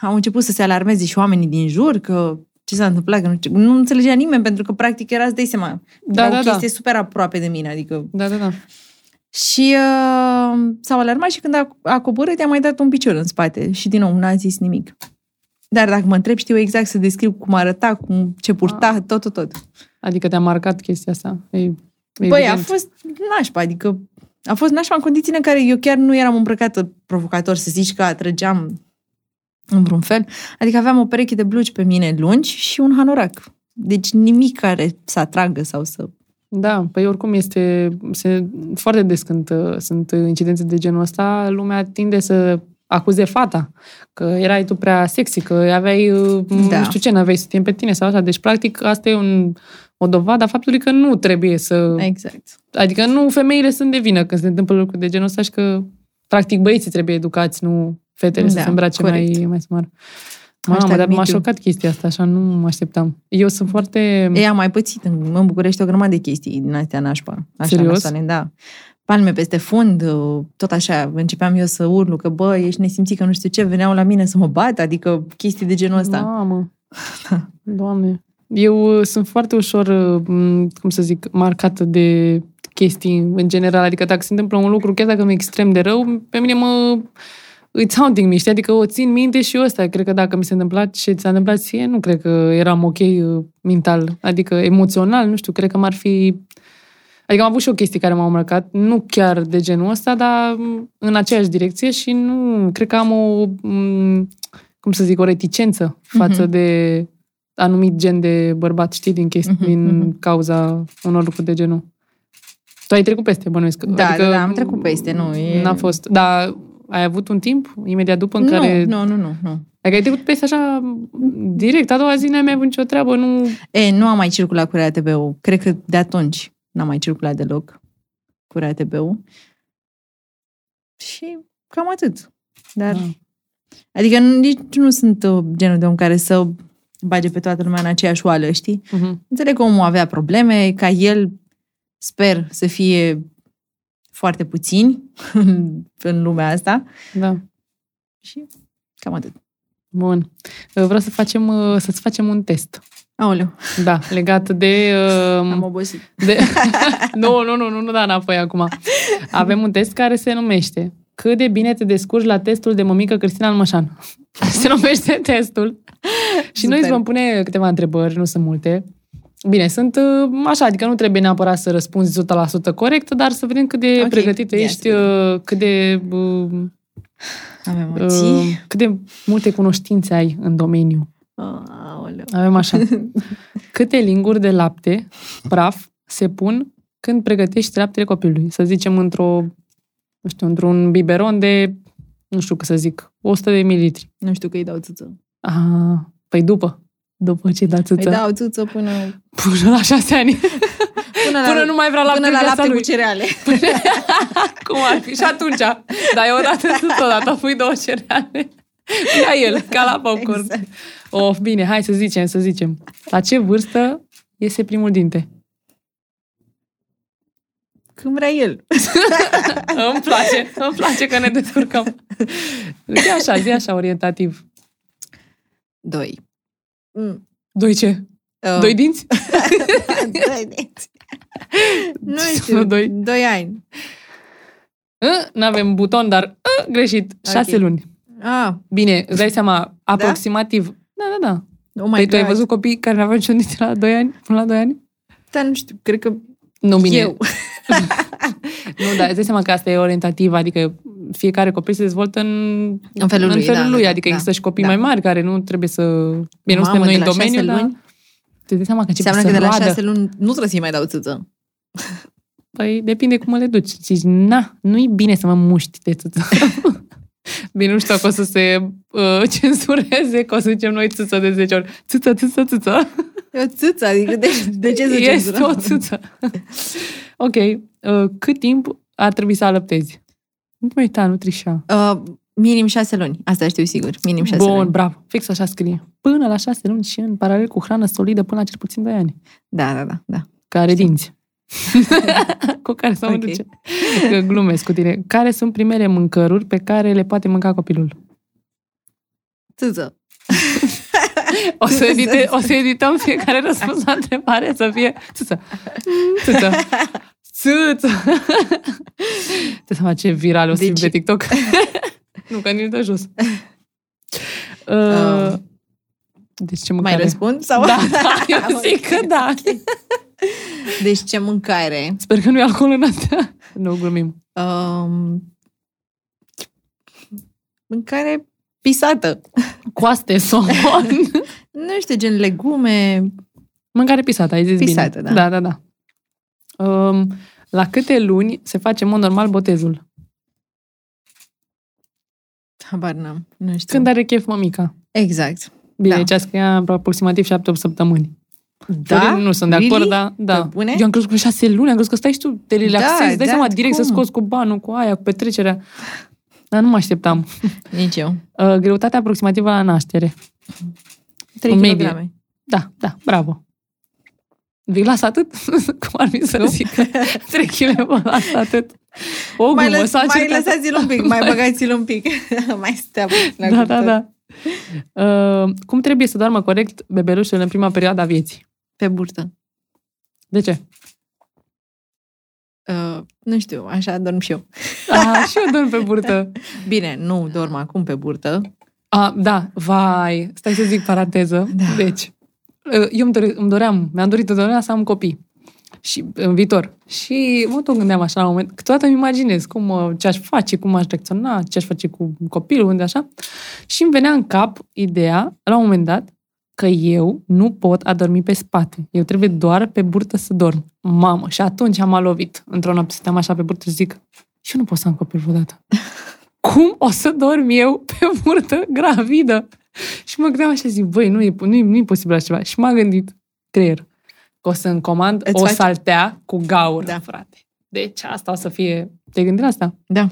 au început să se alarmeze și oamenii din jur că ce s-a întâmplat, că nu, știu- nu înțelegea nimeni, pentru că practic era, îți dai seama, Da, era da, o da. chestie super aproape de mine, adică Da, da, da. și uh, s-au alarmat și când a, a coborât, i-a mai dat un picior în spate. Și din nou, n-a zis nimic. Dar dacă mă întreb, știu exact să descriu cum arăta, cum, ce purta, tot, tot, tot. Adică te-a marcat chestia asta. E, Băi, Păi, a evident. fost nașpa, adică a fost nașpa în condițiile în care eu chiar nu eram îmbrăcată provocator, să zici că atrăgeam în vreun fel. Adică aveam o pereche de blugi pe mine lungi și un hanorac. Deci nimic care să atragă sau să... Da, păi oricum este se, foarte des când uh, sunt incidențe de genul ăsta, lumea tinde să acuze fata că erai tu prea sexy, că aveai da. Da. nu știu ce, n-aveai să timp pe tine sau asta. Deci, practic, asta e un, o dovadă a faptului că nu trebuie să... Exact. Adică nu femeile sunt de vină când se întâmplă lucruri de genul ăsta și că, practic, băieții trebuie educați, nu fetele să Da, se îmbrace corect. mai, mai smart. Mamă, Hashtag dar me m-a too. șocat chestia asta, așa, nu mă așteptam. Eu sunt foarte... Ei, am mai pățit în, în București o grămadă de chestii din astea nașpa. Așa, Serios? nasoane, da. Palme peste fund, uh, tot așa, începeam eu să urlu că, bă, ești nesimțit că nu știu ce, veneau la mine să mă bat, adică chestii de genul ăsta. Mamă. [LAUGHS] Doamne. Eu uh, sunt foarte ușor, uh, m, cum să zic, marcată de chestii în general. Adică dacă se întâmplă un lucru, chiar dacă mi-e extrem de rău, pe mine mă... It's haunting me, știi? Adică o țin minte și eu ăsta. Cred că dacă mi se întâmpla ce ți-a întâmplat ție, nu cred că eram ok uh, mental. Adică emoțional, nu știu, cred că m-ar fi... Adică am avut și o chestie care m-a marcat, nu chiar de genul ăsta, dar m, în aceeași direcție și nu... Cred că am o... m, cum să zic, o reticență față Mhm. de anumit gen de bărbat, știi, din, chesti- Mhm, din mhm. cauza unor lucruri de genul. Tu ai trecut peste, bănuiesc. adică Da, da, da, am trecut peste, nu, e- N-a fost. Dar ai avut un timp imediat după în nu, care... nu, nu, nu, nu. Adică ai trecut peste așa direct, a doua zi n-ai mai avut nicio treabă, nu... E, nu am mai circulat cu RATB-ul. Cred că de atunci n-am mai circulat deloc cu RATB-ul. Și cam atât. Dar... Da. Adică nu- nici nu sunt uh, genul de om care să bage pe toată lumea în aceeași oală, știi? Mhm. Înțeleg că omul avea probleme, ca el Sper să fie foarte puțini [LAUGHS] în lumea asta Da. și cam atât. Bun. Uh, Vreau să facem, uh, să-ți facem un test. Aoleu, Mm. Da, legat de... uh, am obosit. de... [LAUGHS] nu, nu, nu, nu, nu da înapoi acum. Avem un test care se numește Cât de bine te descurci la testul de mămică Cristina Almășan. [LAUGHS] Se numește testul. Și noi îți Super. vom pune câteva întrebări, nu sunt multe. Bine, sunt uh, așa, adică nu trebuie neapărat să răspunzi 100% corect, dar să vedem cât de Ok, pregătită ia ești, să uh, cât de uh, Am Uh, emoții. cât de multe cunoștințe ai în domeniu? Ah, Aoleu. Avem așa. [LAUGHS] Câte linguri de lapte praf se pun când pregătești laptele copilului? Să zicem într-o, nu știu, într-un biberon de, nu știu că să zic, 100 de mililitri. Nu știu că îi dau țâță. Ah, păi după. După ce da Îi țâță. Da. dau țâță până, până, [LAUGHS] Până la șase ani. la, Până nu mai vrea lapte până în la viața lapte lui. [LAUGHS] cu cereale. [LAUGHS] Cum ar fi? Și atunci. Dar eu odată [LAUGHS] sunt odată, pui două cereale. [LAUGHS] Ia el, ca la popcorn. Exact. Of, bine, hai să zicem, să zicem. La ce vârstă iese primul dinte? Când vrea el. [LAUGHS] Îmi place, îmi place că ne descurcăm. Zi așa, zi așa, orientativ. Doi. Mm. Doi ce? Uh, Doi dinți? [LAUGHS] doi dinți. Nu știu, Doi. doi. doi ani. Nu avem buton, dar ă, greșit. Șase Ok. luni. Ah, Bine, îți dai seama, aproximativ. Da, da, da. oh my Păi God. tu ai văzut copii care n-aveau niciun dinte la doi ani? Până la doi ani? Dar nu știu, cred că Nu, bine. eu. Nu, dar îți dai seama că asta e orientativ, adică fiecare copil se dezvoltă în În felul în lui, felul da, lui. da, adică da, există și copii da. mai mari care nu trebuie să... Bine, nu Mamă, suntem noi de în la șase domeniu, dar... luni? Te dai seama că începe Înseamnă să că de la roadă. șase luni nu trebuie să-i mai dau țâță. Păi depinde cum le duci. Zici, na, nu-i bine să mă muști de țâță. [LAUGHS] bine, nu știu dacă o să se uh, [LAUGHS] cenzureze, că o să zicem noi țâță de 10 ori. Țâță, țâță, țâță. E o țâță, adică de, de ce să Este cenzurăm? o țâță. [LAUGHS] ok, uh, cât timp ar trebui să alăptezi? Nu mai uita, nu trișa. Uh, minim șase luni, asta știu sigur. Minim șase Bun, luni. bravo. Fix așa scrie. Până la șase luni și în paralel cu hrană solidă până la cel puțin 2 ani. Da, da, da. da. Care dinți. [LAUGHS] cu care să mă Ok. duce. Că glumesc cu tine. Care sunt primele mâncăruri pe care le poate mânca copilul? Țâță. O să, edite, o să edităm fiecare răspuns la întrebare să fie țâță. Țâță. Țâță. Te să ce viral o să fim Deci- pe TikTok. [LAUGHS] nu, că nici de [LAUGHS] jos. Uh, Um, deci ce Mai mâncare? răspund? Sau? Da, da, eu Ok. zic că da. [LAUGHS] Deci ce mâncare? Sper că nu e alcool în astea. Nu, glumim. Um, mâncare pisată. Coaste, [LAUGHS] somon. Nu știu, gen legume. Mâncare pisată, ai zis Pisată, bine. da. Da, da, da. Um, la câte luni se face în mod normal botezul? Habar n-am. Nu știu. Când are chef mămica. Exact. Bine, Da. Da? da. aici scria aproximativ 7-8 săptămâni. Florin, nu sunt de Really? acord, dar da. Pe bune? Eu am crezut că șase luni, am crezut că stai și tu, te relaxezi, da, dai da, seama direct cum? să scoți cu banul, cu aia, cu petrecerea. Dar nu mă așteptam. Nici eu. Uh, greutatea aproximativă la naștere. 3 În kg. medie. Da, da, bravo. Vi las atât? [LAUGHS] Cum ar fi să Nu. zic? 3 kg, vă las atât. O Mai, glumă, lăs, s-a mai încercat. lăsați-l un pic, mai [LAUGHS] băgați-l un pic. mai stea la Da, da, cuptor. da. Uh, cum trebuie să doarmă corect bebelușul în prima perioadă a vieții? Pe burtă. De ce? Uh, nu știu, așa dorm și eu. A, Ah, și eu dorm pe burtă. Bine, nu dorm acum Da. pe burtă. A, da, vai, stai să zic paranteză. Da. Deci, eu îmi, dore, îmi doream, mi-am dorit întotdeauna să am copii. Și în viitor. Și mă tot gândeam așa la un moment, câteodată îmi imaginez cum, uh, ce aș face, cum aș reacționa, ce aș face cu copilul, unde așa. Și îmi venea în cap ideea, la un moment dat, că eu nu pot adormi pe spate. Eu trebuie doar pe burtă să dorm. Mamă, și atunci am lovit. Într-o noapte stăteam așa pe burtă și zic, și eu nu pot să am copil vreodată. Cum o să dorm eu pe burtă gravidă? Și mă gândeam așa, zic, băi, nu e, nu e, nu e posibil așa ceva. Și m-am gândit, creier, că o să-mi comand Îți o faci- saltea cu gaură, Da. da. frate. Deci asta o să fie... Te-ai gândit la asta? Da.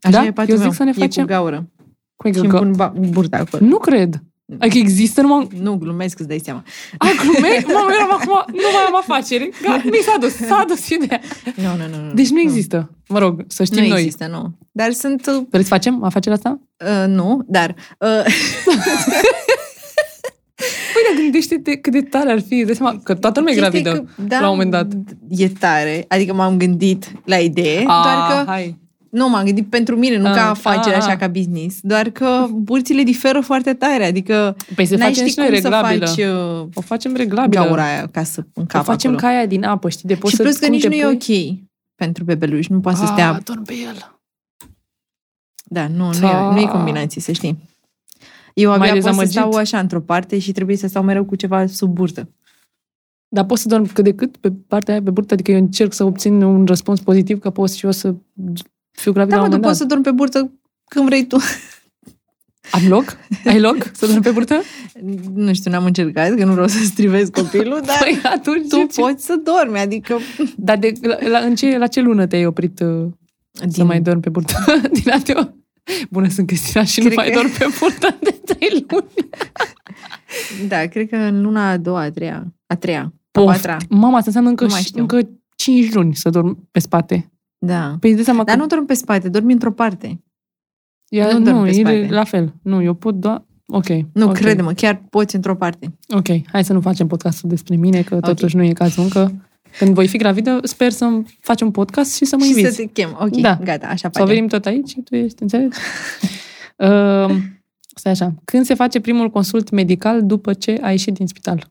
Așa Da? e patul Eu zic meu. să ne E facem- cu gaură. Cum e Și că- îmi pun ba- burta acolo. Nu cred. Adică există numai... Nu, glumesc, îți dai seama. A, glume? Mamă, eram acum... Nu mai am afaceri. Gata, mi s-a dus. S-a dus ideea. [LAUGHS] Nu, nu, nu. Deci nu există. Mă rog, să știm Nu noi. există, nu. Dar sunt... uh, Vreți să facem afacerea asta? Uh, nu, dar... [LAUGHS] Uh, Păi, dar gândește-te cât de tare ar fi. Îți dai seama că toată lumea e chestia gravidă. că, da, la un moment dat. E tare. Adică m-am gândit la idee, A, doar că... hai. Nu, m-am gândit pentru mine, nu Ah, ca afacere, ah, așa, ah. ca business. Doar că burțile diferă foarte tare. Adică Păi se n-ai face ști și cum noi să reglabilă. faci uh, O facem reglabilă. gaura aia ca să O încap facem acolo. ca aia din apă, știi? De poți și să plus că cum nici te nu e pui- ok pentru bebeluși. Nu poate să Ah, stea... dorm pe el. Da, nu, nu e, nu e combinație, să știi. Eu M-ai abia pot să dezamăgit. stau așa într-o parte și trebuie să stau mereu cu ceva sub burtă. Dar poți să dormi cât de cât pe partea aia, pe burtă? Adică eu încerc să obțin un răspuns pozitiv ca poți și eu să fiu gravidă Da, la mă, un tu moment poți să dat. dormi pe burtă când vrei [LAUGHS] tu. Am loc? Ai loc să dormi pe [LAUGHS] burtă? Nu știu, n-am încercat, că nu vreau să strivesc [LAUGHS] copilul, dar Păi atunci... tu ce- poți să dormi, adică... Dar de, la, la, în ce, la ce lună te-ai oprit uh, să mai dormi pe burtă? [LAUGHS] Din a te Bună, sunt Cristina și Cred nu mai că- dorm pe burtă de trei luni. Da, cred că în luna a doua, a treia, a treia, a Poft. patra. Mama, asta înseamnă încă, Nu mai și- știu. încă cinci luni să dorm pe spate. Da. Păi îți dai seama Dar că... nu dormi pe spate, dormi într-o parte. ea, nu dorm pe e spate. la fel. Nu, eu pot doar... Ok. Nu, ok. okay. crede-mă, chiar poți într-o parte. Ok, hai să nu facem podcastul despre mine, că totuși nu e cazul încă. Când voi fi gravidă, sper să faci un podcast și să mă și inviți. să te chem. Ok, Da. da. gata, așa Sau facem. venim tot aici și tu ești, [LAUGHS] înțelegi? uh, stai așa. Când se face primul consult medical după ce ai ieșit din spital?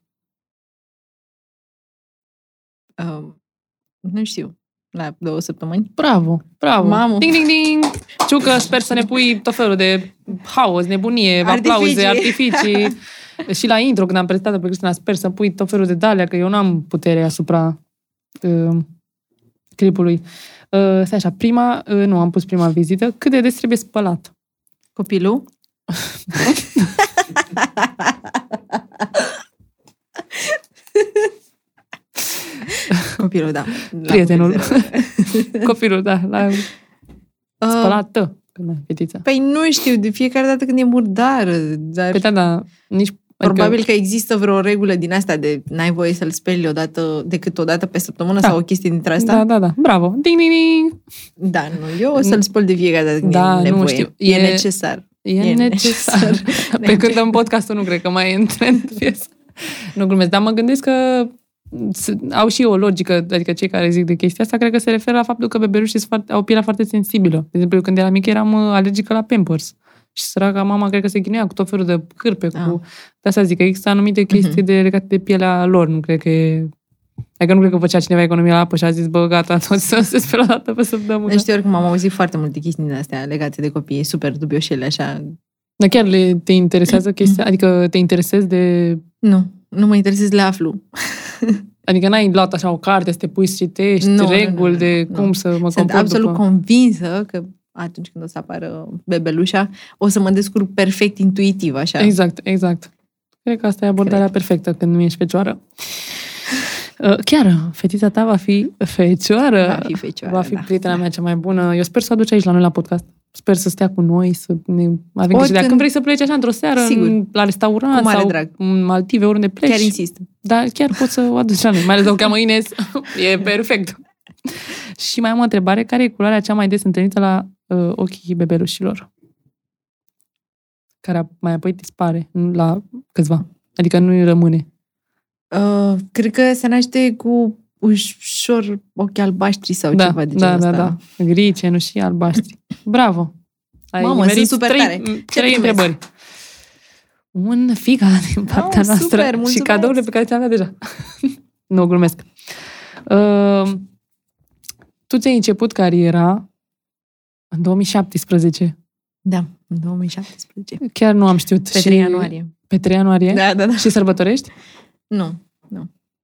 Uh, nu știu, la două săptămâni. Bravo, bravo. Mamă. Ding, ding, ding. Ciucă, sper să ne pui tot felul de haos, nebunie, Artificii. aplauze, [LAUGHS] artificii. și la intro, când am prezentat pe Cristina, sper să pui tot felul de dalea, că eu nu am putere asupra uh, clipului. Uh, stai așa, prima, uh, nu, am pus prima vizită. Cât de des trebuie spălat? Copilul? Copilul, da. La Prietenul. copil zero. [LAUGHS] Copilul, da, la Uh, spălată. Când ai fetița. Păi nu știu, de fiecare dată când e murdar, dar Păi da, da, nici... adică- probabil că există vreo regulă din asta de n-ai voie să-l speli odată, decât o dată pe săptămână Da. sau o chestie dintre Adică, asta. da, da, da, bravo. Ding, ding, ding. Da, nu, eu o să-l spăl de fiecare dată când Da, e nu nevoie. știu. E, E- necesar. E, E necesar. [LAUGHS] Pe când în podcastul nu cred că mai e în trend [LAUGHS] piesa. Nu glumesc, dar mă gândesc că s- au și o logică, adică cei care zic de chestia asta, cred că se referă la faptul că bebelușii sunt foarte- au pielea foarte sensibilă. De exemplu, eu când eram mică eram uh, alergică la Pampers. Și săraca mama cred că se chinuia cu tot felul de cârpe. Da. Cu... De asta zic că există anumite chestii de, legate de pielea lor. Nu cred că e... Adică nu cred că făcea cineva economia la apă și a zis, bă, gata, [LAUGHS] toți să se speli o dată pe săptămână. Nu știu, oricum am Deci, auzit foarte multe chestii din astea legate de copii, super dubioșele, așa. Dar chiar le, te interesează chestia? Adică te interesezi de Nu, nu mă interesez, le aflu. Adică n-ai luat așa o carte să te pui să citești Nu, nu, nu, nu, reguli nu, de nu. cum să mă Sunt comport absolut după... convinsă că atunci când o să apară bebelușa, o să mă descurc perfect intuitiv, așa. Exact, exact. Cred că asta e abordarea Cred. perfectă când nu ești fecioară. [LAUGHS] Uh, Chiar, fetița ta va fi fecioară. Va fi fecioară, Va fi da. prietena mea cea mai bună. Eu sper să o aduci aici la noi la podcast. Sper să stea cu noi, să ne avem grijă. Oricând- Dacă când vrei să pleci așa într-o seară, Sigur. în, la restaurant Cu mare sau drag. în Maldive, oriunde pleci, Chiar insist. Dar chiar poți să o aduci la noi, mai ales dacă o cheamă Ines. E perfect. și mai am o întrebare. Care e culoarea cea mai des întâlnită la uh, ochii bebelușilor? Care a- mai apoi dispare nu- la câțiva. Adică nu îi rămâne. Uh, cred că se naște cu ușor ochi albaștri sau da, ceva de genul da, da, ăsta. da. Gri, cenușii, albaștri. Bravo! Ai Mamă, nimerit sunt super trei, tare. m- trei primesc? întrebări. Un figa din partea super, noastră și mulțumesc. cadourile pe care ți-am dat deja. [LAUGHS] nu, glumesc. Uh, tu ți-ai început cariera în 2017. Da, în 2017. Chiar nu am știut. Pe și- 3 ianuarie. Pe 3 ianuarie. Da, da, da. Și sărbătorești? Nu.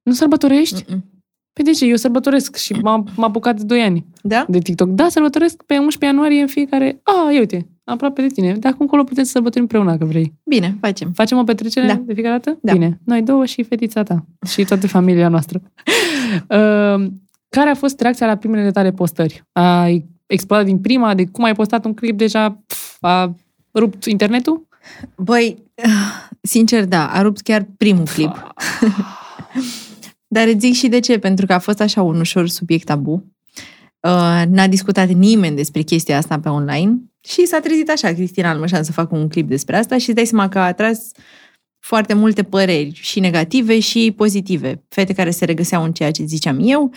Nu sărbătorești? Mm-mm. Pe de ce? Eu sărbătoresc și m-am m-am apucat de 2 ani. Da? de TikTok. Da, sărbătoresc pe 11 ianuarie în fiecare... Ah, ia uite, aproape de tine. De acum încolo putem să sărbătorim împreună dacă vrei. Bine, facem. Facem o petrecere Da. de fiecare dată? Da. Bine. Noi două și fetița ta. Și toată familia noastră. [LAUGHS] uh, care a fost reacția la primele tale postări? Ai explodat din prima? De cum ai postat un clip deja? Pf, a rupt internetul? Băi, sincer, da, a rupt chiar primul clip. [LAUGHS] Dar îți zic și de ce, pentru că a fost așa un ușor subiect tabu. Uh, N-a discutat nimeni despre chestia asta pe online și s-a trezit așa Cristina Almășan să facă un clip despre asta și îți dai seama că a atras foarte multe păreri și negative și pozitive. Fete care se regăseau în ceea ce ziceam eu,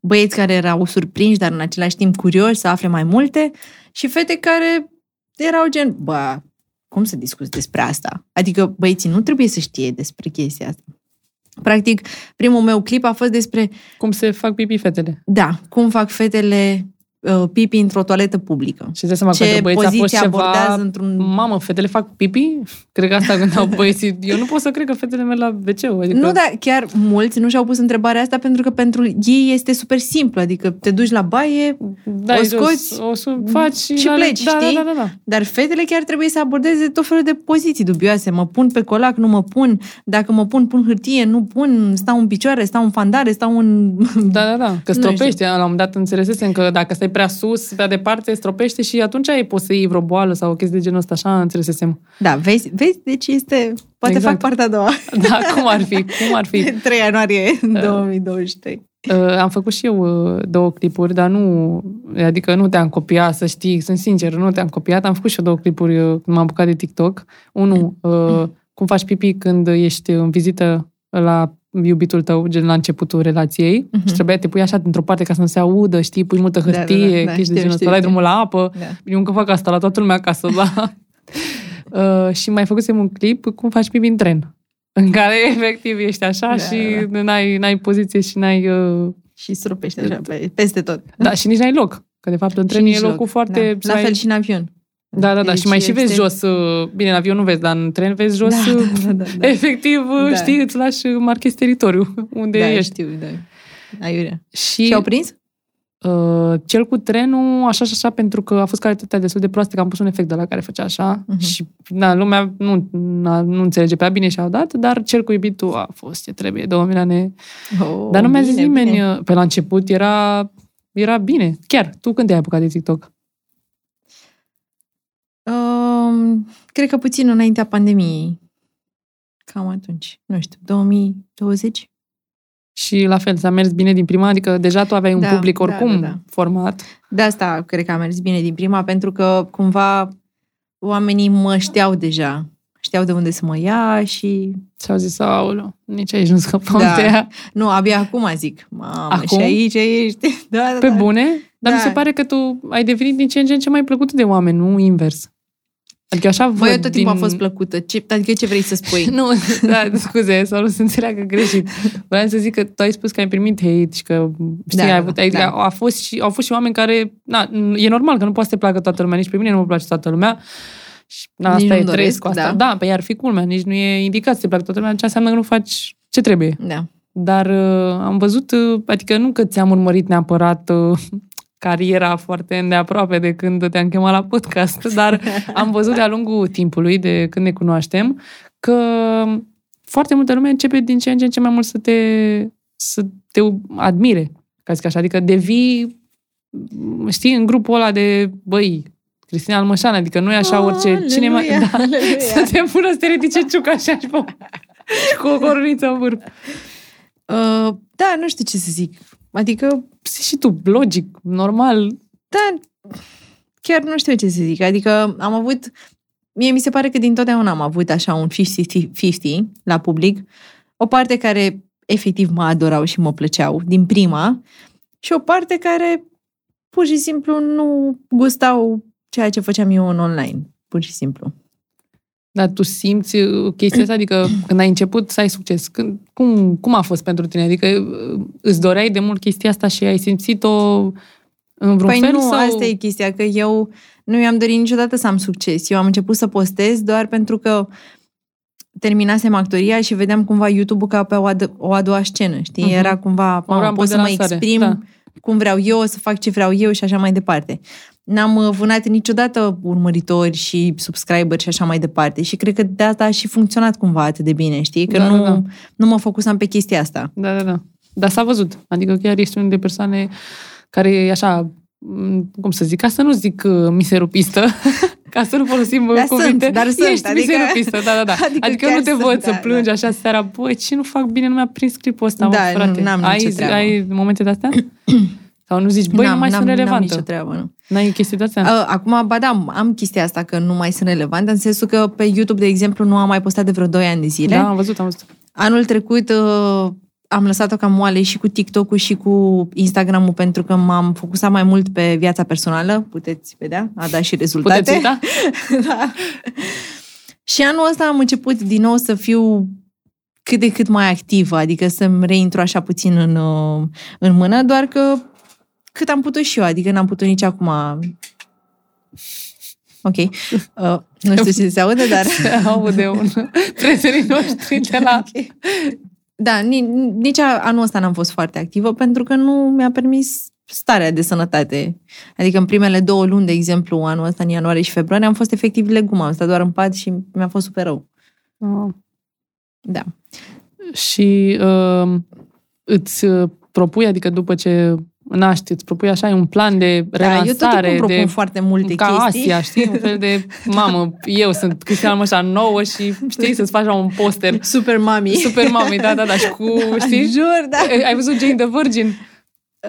băieți care erau surprinși, dar în același timp curioși să afle mai multe și fete care erau gen, bă, cum să discuți despre asta? Adică băieții nu trebuie să știe despre chestia asta. Practic, primul meu clip a fost despre, Cum se fac pipi fetele. da, cum fac fetele uh, pipi într-o toaletă publică. Și îți dai seama că de Ce băieți a fost poziție ceva... abordează într-un Mamă, fetele fac pipi? Cred că asta gândeau băieții. Eu nu pot să cred că fetele merg la wc adică... Nu, dar chiar mulți nu și-au pus întrebarea asta pentru că pentru ei este super simplu, adică te duci la baie, Dai o jos, scoți o su- faci și, și la- pleci, da, știi? Da, da, da, da. dar fetele chiar trebuie să abordeze tot felul de poziții dubioase. Mă pun pe colac, nu mă pun, dacă mă pun, pun hârtie, nu pun, stau în picioare, stau în fandare, stau în... [LAUGHS] Da, da, da. Că Nu știu. stropește. La un moment dat înțelesesem că dacă stai prea sus, prea departe, stropește și atunci ai poți să iei vreo boală sau o chestie de genul ăsta. Așa înțelesesem. [LAUGHS] Da, vezi, vezi, deci este... Poate Exact. fac partea a doua, Da, cum ar fi? Cum ar [LAUGHS] fi? Da. 3 ianuarie 2023. Uh, am făcut și eu uh, două clipuri, dar nu, adică nu te-am copiat, să știi, sunt sincer, nu te-am copiat. Am făcut și eu două clipuri uh, când m-am bucat de TikTok. Unul, Mm. uh, cum faci pipi când ești în vizită la iubitul tău, gen la începutul relației Mhm. și trebuia să te pui așa într-o parte ca să nu se audă, știi, pui multă Da, da, da, hârtie, da, chestii știu, de genul știu, ăsta, dai știu. drumul la apă. Da. Eu încă fac asta la toată lumea acasă, [LAUGHS] da. uh, și mai făcusem un clip cum faci pipi în tren, în care [LAUGHS] efectiv ești așa Da, și N-ai, n-ai poziție și n-ai... Uh, Și strupește așa pe- peste tot. da, și nici n-ai loc. Că, de fapt, în tren Și e nici locul loc. foarte... Da. La mai- fel și în avion. Da, da, da. și Deci mai și vezi este- jos... uh, Bine, în avion nu vezi, dar în tren vezi jos... Da, uh, [LAUGHS] da, da, da, [LAUGHS] da. Efectiv, uh, Da. știi, îți lași uh, marchezi teritoriu unde da, ești. știu, da. Aiurea. Și, Și au prins? uh, cel cu trenul, așa și așa, pentru că a fost calitatea destul de proastă, că am pus un efect de la care făcea așa Mhm. și na, lumea nu, na, nu înțelege prea bine și au dat, dar cel cu iubitul a fost ce trebuie, două milioane. Oh, Dar nu mi-a zis bine, nimeni, bine. uh, pe la început era, era bine. Chiar, tu când te-ai apucat de TikTok? Um, cred că puțin înaintea pandemiei. Cam atunci. Nu știu, 2020? Și la fel, s-a mers bine din prima, adică deja tu aveai un Da, public da, da, oricum da. format. De asta cred că a mers bine din prima, pentru că cumva oamenii mă știau deja. Știau de unde să mă ia și... Și au zis, aoleu, nici aici nu scăpăm Da. de ea. Nu, abia acum zic. Mamă, Acum? și aici ești. [LAUGHS] Da, da, Pe da. bune? Dar Da. mi se pare că tu ai devenit din ce în ce în ce mai plăcut de oameni, nu invers. Adică așa văd Bă, eu tot timpul din... am [LAUGHS] fost plăcută. Ce, adică ce vrei să spui? Nu, da, scuze, sau nu se înțeleagă greșit. Vreau să zic că tu ai spus că ai primit hate și că, știi, da, Da, da, ai avut, ai, da. da. a fost și, au fost și oameni care, na, e normal că nu poate să te placă toată lumea, nici pe mine nu mă place toată lumea. Și na, Nici asta e nu-mi doresc, trăiesc cu asta. Da. da. da, păi ar fi culmea, nici nu e indicat să te placă toată lumea, ce înseamnă că nu faci ce trebuie. Da. Dar uh, am văzut, uh, adică nu că ți-am urmărit neapărat uh, [LAUGHS] cariera foarte îndeaproape de când te-am chemat la podcast, dar am văzut de-a lungul timpului, de când ne cunoaștem, că foarte multă lume începe din ce în ce, în ce mai mult să te, să te admire, ca să zic așa. Adică devii, m, știi, în grupul ăla de băi, Cristina Almășan, adică nu e așa orice... Cine mai, Ah, [LAUGHS] Aleluia, da, aleluia. să te pună să te ridice ciuca așa și pom, cu o coruniță în vârf. [LAUGHS] Uh, da, nu știu ce să zic. Adică, Zici Păi și tu, logic, normal. da, chiar nu știu ce să zic. Adică am avut, mie mi se pare că din totdeauna am avut așa un 50-50 la public. O parte care efectiv mă adorau și mă plăceau din prima și o parte care pur și simplu nu gustau ceea ce făceam eu în online. Pur și simplu. Dar tu simți uh, chestia asta? [CLEARS THROAT] Adică când ai început să ai succes, când, cum, cum a fost pentru tine? Adică uh, îți doreai de mult chestia asta și ai simțit-o în vreun păi fel? nu, sau... asta e chestia, că eu nu mi-am dorit niciodată să am succes. Eu am început să postez doar pentru că terminasem actoria și vedeam cumva YouTube-ul ca pe o, ad- o a doua scenă, știi? Mhm. Uh-huh. Era cumva, O mamă, rampă pot de să mă lansare, exprim da. da. cum vreau eu, să fac ce vreau eu și așa mai departe. N-am uh, vânat niciodată urmăritori și subscriberi și așa mai departe și cred că de asta a și funcționat cumva atât de bine, știi? Că Da, da, nu, da. nu mă focusam pe chestia asta. Da, da, da. Dar s-a văzut. Adică chiar ești unul de persoane care e așa m, cum să zic, ca să nu zic uh, miserupistă, [LAUGHS] ca să nu folosim uh, Dar sunt, cuvinte, dar sunt, ești adică- miserupistă, da, da, da. [LAUGHS] Adică Adică, adică eu chiar nu te sunt, văd da, să plângi da. așa seara, băi, ce nu fac bine, nu mi-a prins clipul ăsta, mă, Da, nu, frate. n-am nicio ai, zi- treabă. ai momente de-astea? [CLEARS THROAT] Sau nu zici, băi, nu mai sunt N-am nicio relevantă. treabă, nu. N-ai chestii de-astea? A, Acum, ba da, am chestia asta că nu mai sunt relevantă, în sensul că pe YouTube, de exemplu, nu am mai postat de vreo 2 ani de zile. Da, am văzut, am văzut. Anul trecut uh, am lăsat-o cam moale și cu TikTok-ul și cu Instagram-ul pentru că m-am focusat mai mult pe viața personală. Puteți vedea, a dat și rezultate. Puteți uita? da. Și anul ăsta am început din nou să fiu cât de cât mai activă, adică să-mi reintru așa puțin în, uh, în mână, doar că cât am putut și eu, adică n-am putut nici acum. Ok. Uh, nu știu ce se aude, [LAUGHS] dar... Aude un [LAUGHS] prietenii noștri de [LAUGHS] la... Da, ni- nici a- anul ăsta n-am fost foarte activă pentru că nu mi-a permis starea de sănătate. Adică în primele două luni, de exemplu, anul ăsta, în ianuarie și februarie, am fost efectiv legumă. Am stat doar în pat și mi-a fost super rău. Oh. Ah. Da. Și uh, îți uh, propui, adică după ce naști, îți propui așa un plan de Da, eu tot relansare, timpul propun de foarte multe ca chestii. Asia, știi? Un fel de, mamă, eu sunt Cristian Mășa nouă și știi să-ți faci așa un poster [LAUGHS] Super mami. super mami, da, da, da, și [LAUGHS] cu, știi? Jur, da. Ai văzut Jane the Virgin?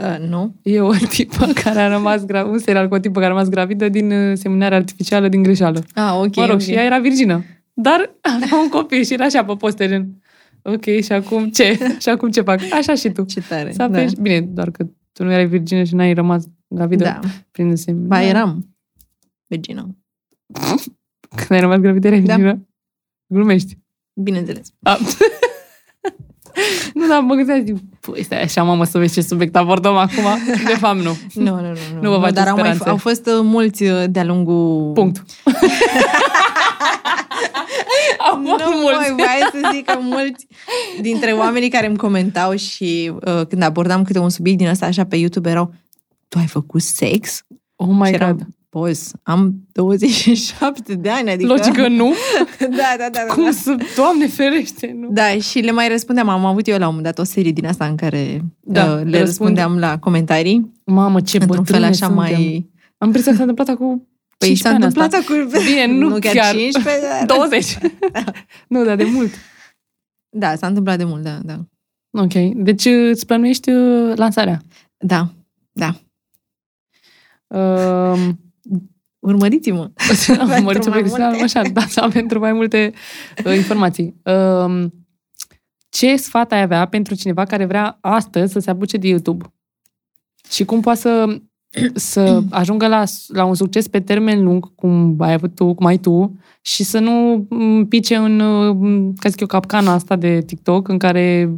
Uh, nu. E o tipă [LAUGHS] care a rămas gra- un serial cu o tipă care a rămas gravidă din uh, seminare artificială din greșeală. Ah, ok. Mă rog, ok. și ea era virgină. Dar avea un copil și era așa pe poster, gen, ok, și acum [LAUGHS] ce? și acum ce fac? Așa și tu. Ce tare. S-a da. Bine, doar că tu nu erai virgină și n-ai rămas gravidă da. prin seminare. Ba, eram virgină. Când ai rămas gravidă, erai Da. virgină? Glumești. Bineînțeles. A. nu, dar mă gândeam, zic, păi, stai așa, mamă, să vezi ce subiect abordăm acum. De fapt, nu. [LAUGHS] Nu, nu, nu. Nu vă faceți Dar au, mai, speranțe. au fost uh, mulți uh, de-a lungul... Punct. Au [LAUGHS] Nu fost mulți. mai voie să zic că mulți dintre oamenii care îmi comentau și uh, când abordam câte un subiect din ăsta așa pe YouTube erau tu ai făcut sex? Oh my și eram, god. Boss, am 27 de ani, adică... Logic că nu. [LAUGHS] da, da, da, da, Cum da. să... Doamne ferește, nu. Da, și le mai răspundeam. Am avut eu la un moment dat o serie din asta în care Da, da, uh, le răspunde. răspundeam la comentarii. Mamă, ce într-un fel bătrâne așa suntem. mai... Am impresia că s-a întâmplat cu Păi s-a întâmplat asta. acum... [LAUGHS] Bine, nu, nu chiar, chiar. [LAUGHS] 15, dar... 20. nu, dar de mult. Da, s-a întâmplat de mult, da, da. Ok. Deci îți plănuiești uh, lansarea. Da, Uh, urmăriți-mă. [LAUGHS] am mărit mai pe Cristina multe. așa, da, da, pentru mai multe uh, informații. Uh, ce sfat ai avea pentru cineva care vrea astăzi să se apuce de YouTube? Și cum poate să, să ajungă la, la un succes pe termen lung, cum ai avut tu, cum ai tu, și să nu m, pice în, m, ca zic eu, capcana asta de TikTok, în care,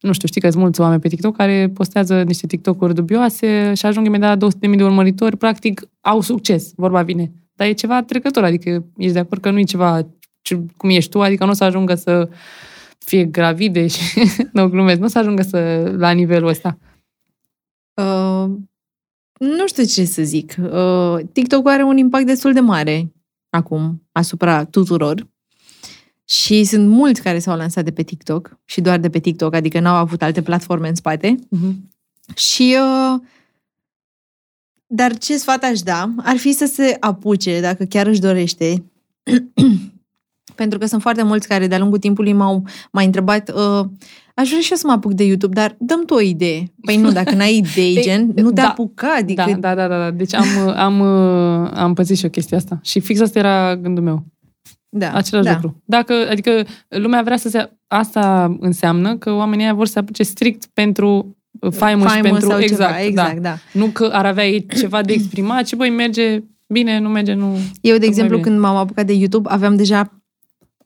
nu știu, știi că sunt mulți oameni pe TikTok care postează niște TikTok-uri dubioase și ajung imediat la 200.000 de urmăritori, practic au succes, vorba vine. Dar e ceva trecător, adică ești de acord că nu e ceva ce, cum ești tu, adică nu o să ajungă să fie gravide și [LAUGHS] nu glumesc, nu o să ajungă să, la nivelul ăsta. Uh, nu știu ce să zic. Uh, TikTok are un impact destul de mare acum asupra tuturor. Și sunt mulți care s-au lansat de pe TikTok și doar de pe TikTok, adică n-au avut alte platforme în spate. Și uh, dar ce sfat aș da ar fi să se apuce, dacă chiar își dorește. [CLEARS THROAT] Pentru că sunt foarte mulți care de-a lungul timpului m-au mai întrebat uh, aș vrea și eu să mă apuc de YouTube, dar dăm tu o idee. Păi nu, dacă n-ai [LAUGHS] idei, Ei, gen, nu te da. apuca, adică Da, da, da, da, da. Deci am, am, am pățit și eu chestia asta. Și fix asta era gândul meu. da, Același da. lucru. Dacă, adică lumea vrea să se... Asta înseamnă că oamenii aia vor să se apuce strict pentru uh, faimă și Faimă pentru... sau exact, ceva, exact, da. Da. Nu că ar avea ei ceva de exprimat și băi, merge bine, nu merge, nu... Eu, de mai exemplu, bine. când m-am apucat de YouTube, aveam deja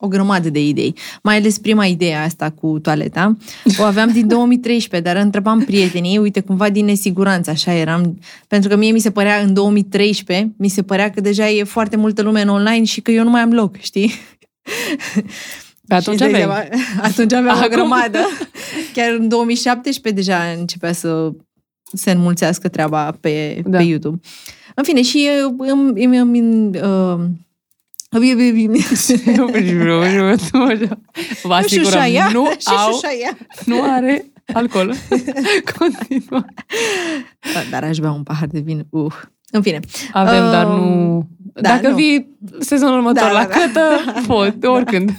o grămadă de idei. Mai ales prima idee asta cu toaleta. O aveam din 2013, dar întrebam prietenii, uite, cumva din nesiguranță, așa eram. Pentru că mie mi se părea în 2013, mi se părea că deja e foarte multă lume în online și că eu nu mai am loc, știi? Pe Și îți atunci dai aveai. seama, [LAUGHS] atunci aveam Acum? o grămadă. Chiar în 2017 deja începea să se înmulțească treaba pe, Da. pe YouTube. În fine, și eu îmi... îmi, îmi, uh, îmi, îmi, îmi, [LAUGHS] Vă și [LAUGHS] asigurăm, șușaia, nu [LAUGHS] și au, șușaia. nu are [LAUGHS] Alcool. Continuă. Da, Dar aș bea un pahar de vin. Uh. În fine. Avem, Um, dar nu... da, Dacă nu. vii sezonul următor Da, la [LAUGHS] da, da. cătă, pot, oricând.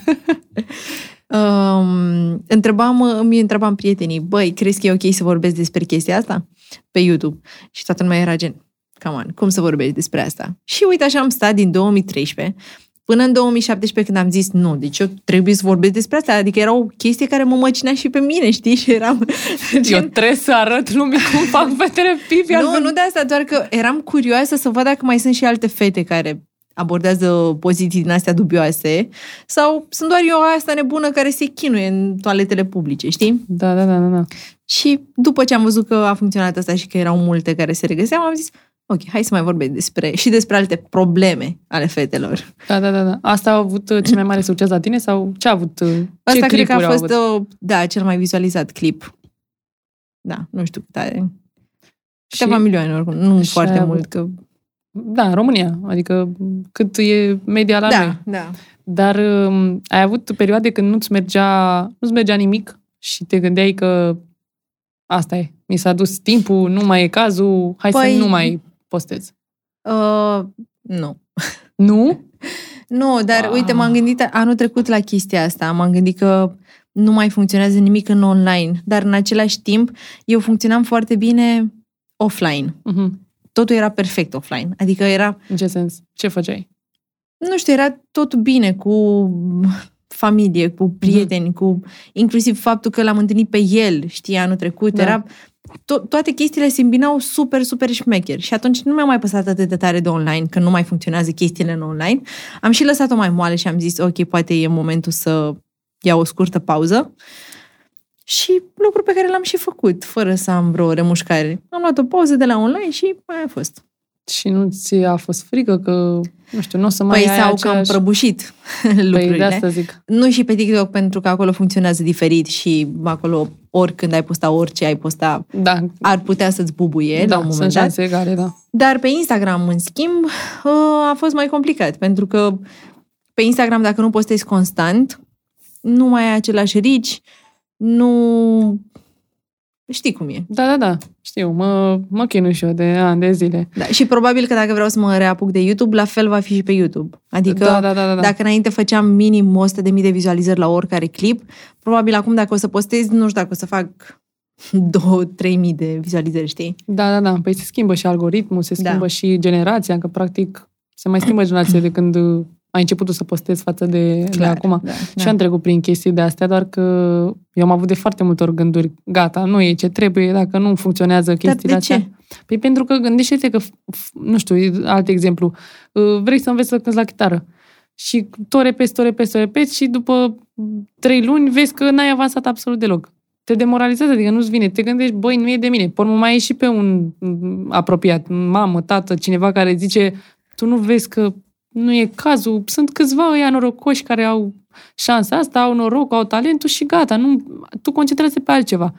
Um, întrebam, îmi întrebam prietenii, băi, crezi că e ok să vorbesc despre chestia asta? Pe YouTube. Și toată lumea era gen, come on, cum să vorbești despre asta? Și uite așa am stat din 2013 până în 2017 când am zis, nu, deci eu trebuie să vorbesc despre asta. Adică era o chestie care mă măcina și pe mine, știi? Și eram Eu trebuie să arăt lumii cum [LAUGHS] fac fetele pipi nu, albe. nu de asta, doar că eram curioasă să văd dacă mai sunt și alte fete care abordează poziții din astea dubioase sau sunt doar eu asta nebună care se chinuie în toaletele publice, știi? Da, da, da, da, da. Și după ce am văzut că a funcționat asta și că erau multe care se regăseau, am zis, ok, hai să mai vorbesc despre, și despre alte probleme ale fetelor. Da, da, da, da. Asta a avut uh, cel mai mare succes la tine sau ce a avut? uh, Ce Asta cred că clipuri a au fost, avut? uh, da, cel mai vizualizat clip. Da, nu știu cât are. Și- Câteva milioane oricum, nu și foarte a mult. avut- Că... Da, în România. Adică cât e media la noi. Da, da. Dar um, ai avut perioade când nu-ți mergea, nu-ți mergea nimic și te gândeai că asta e, mi s-a dus timpul, nu mai e cazul, hai Păi- să nu mai postez. Uh, nu. Nu? Nu, dar Ah. uite, m-am gândit anul trecut la chestia asta. M-am gândit că nu mai funcționează nimic în online, dar în același timp eu funcționam foarte bine offline. Mhm. Totul era perfect offline. Adică era, În ce sens? Ce făceai? nu știu, era tot bine cu familie, cu Mhm. prieteni, cu inclusiv faptul că l-am întâlnit pe el, știi, anul trecut. Da. Era, to- toate chestiile se îmbinau super, super șmecher. Și atunci nu mi-a mai păsat atât de tare de online, că nu mai funcționează chestiile în online. Am și lăsat-o mai moale și am zis, ok, poate e momentul să iau o scurtă pauză. Și lucru pe care l-am și făcut, fără să am vreo remușcare. Am luat o pauză de la online și mai a fost. Și nu ți a fost frică că, nu știu, nu o să mai Păi ai sau că am aceeași... prăbușit [LAUGHS] Păi de lucrurile. asta zic. Nu și pe TikTok, pentru că acolo funcționează diferit și acolo oricând ai posta orice ai posta, Da, ar putea să-ți bubuie da la un sunt moment dat. șanse egale, da. Dar pe Instagram, în schimb, ă, a fost mai complicat, pentru că pe Instagram, dacă nu postezi constant, nu mai ai același rici, nu... Știi cum e. Da, da, da, știu, mă, mă chinu și eu de ani, de zile. Da. Și probabil că dacă vreau să mă reapuc de YouTube, la fel va fi și pe YouTube. Adică da, da, da, da, da. Dacă înainte făceam minim 100.000 de vizualizări la oricare clip, probabil acum dacă o să postez, nu știu dacă o să fac [LAUGHS] 2-3.000 de vizualizări, știi? Da, da, da. Păi se schimbă și algoritmul, se Da. schimbă și generația, că practic se mai schimbă generația de când uh, ai început tu să postezi față de, de acum. Da, Și am trecut prin chestii de astea, doar că eu am avut de foarte multe ori gânduri, gata, nu e ce trebuie, dacă nu funcționează Dar chestiile de astea. ce? Păi pentru că gândește-te că, f- nu știu, alt exemplu, uh, vrei să înveți să cânti la chitară și tot repeți, tot repeți, tot repeți și după trei luni vezi că n-ai avansat absolut deloc. Te demoralizează, adică nu-ți vine. Te gândești, băi, nu e de mine. Pormul mai e și pe un mm, apropiat, mamă, tată, cineva care zice, tu nu vezi că nu e cazul. Sunt câțiva ăia norocoși care au șansa asta, au noroc, au talentul și gata. Nu, tu concentrează pe altceva.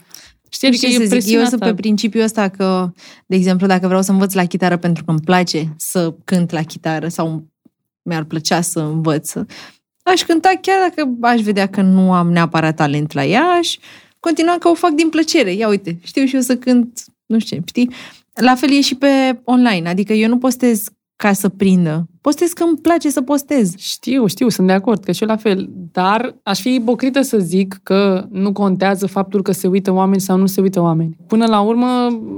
Știi, adică Ce e să zic, eu presiunea sunt pe asta. principiul ăsta că, de exemplu, dacă vreau să învăț la chitară pentru că îmi place să cânt la chitară sau mi-ar plăcea să învăț, aș cânta chiar dacă aș vedea că nu am neapărat talent la ea, aș continua că o fac din plăcere. Ia uite, știu și eu să cânt, nu știu ce, știi? La fel e și pe online, adică eu nu postez ca să prindă. Postez că îmi place să postez. Știu, știu, sunt de acord, că și eu la fel. Dar aș fi ipocrită să zic că nu contează faptul că se uită oameni sau nu se uită oameni. Până la urmă,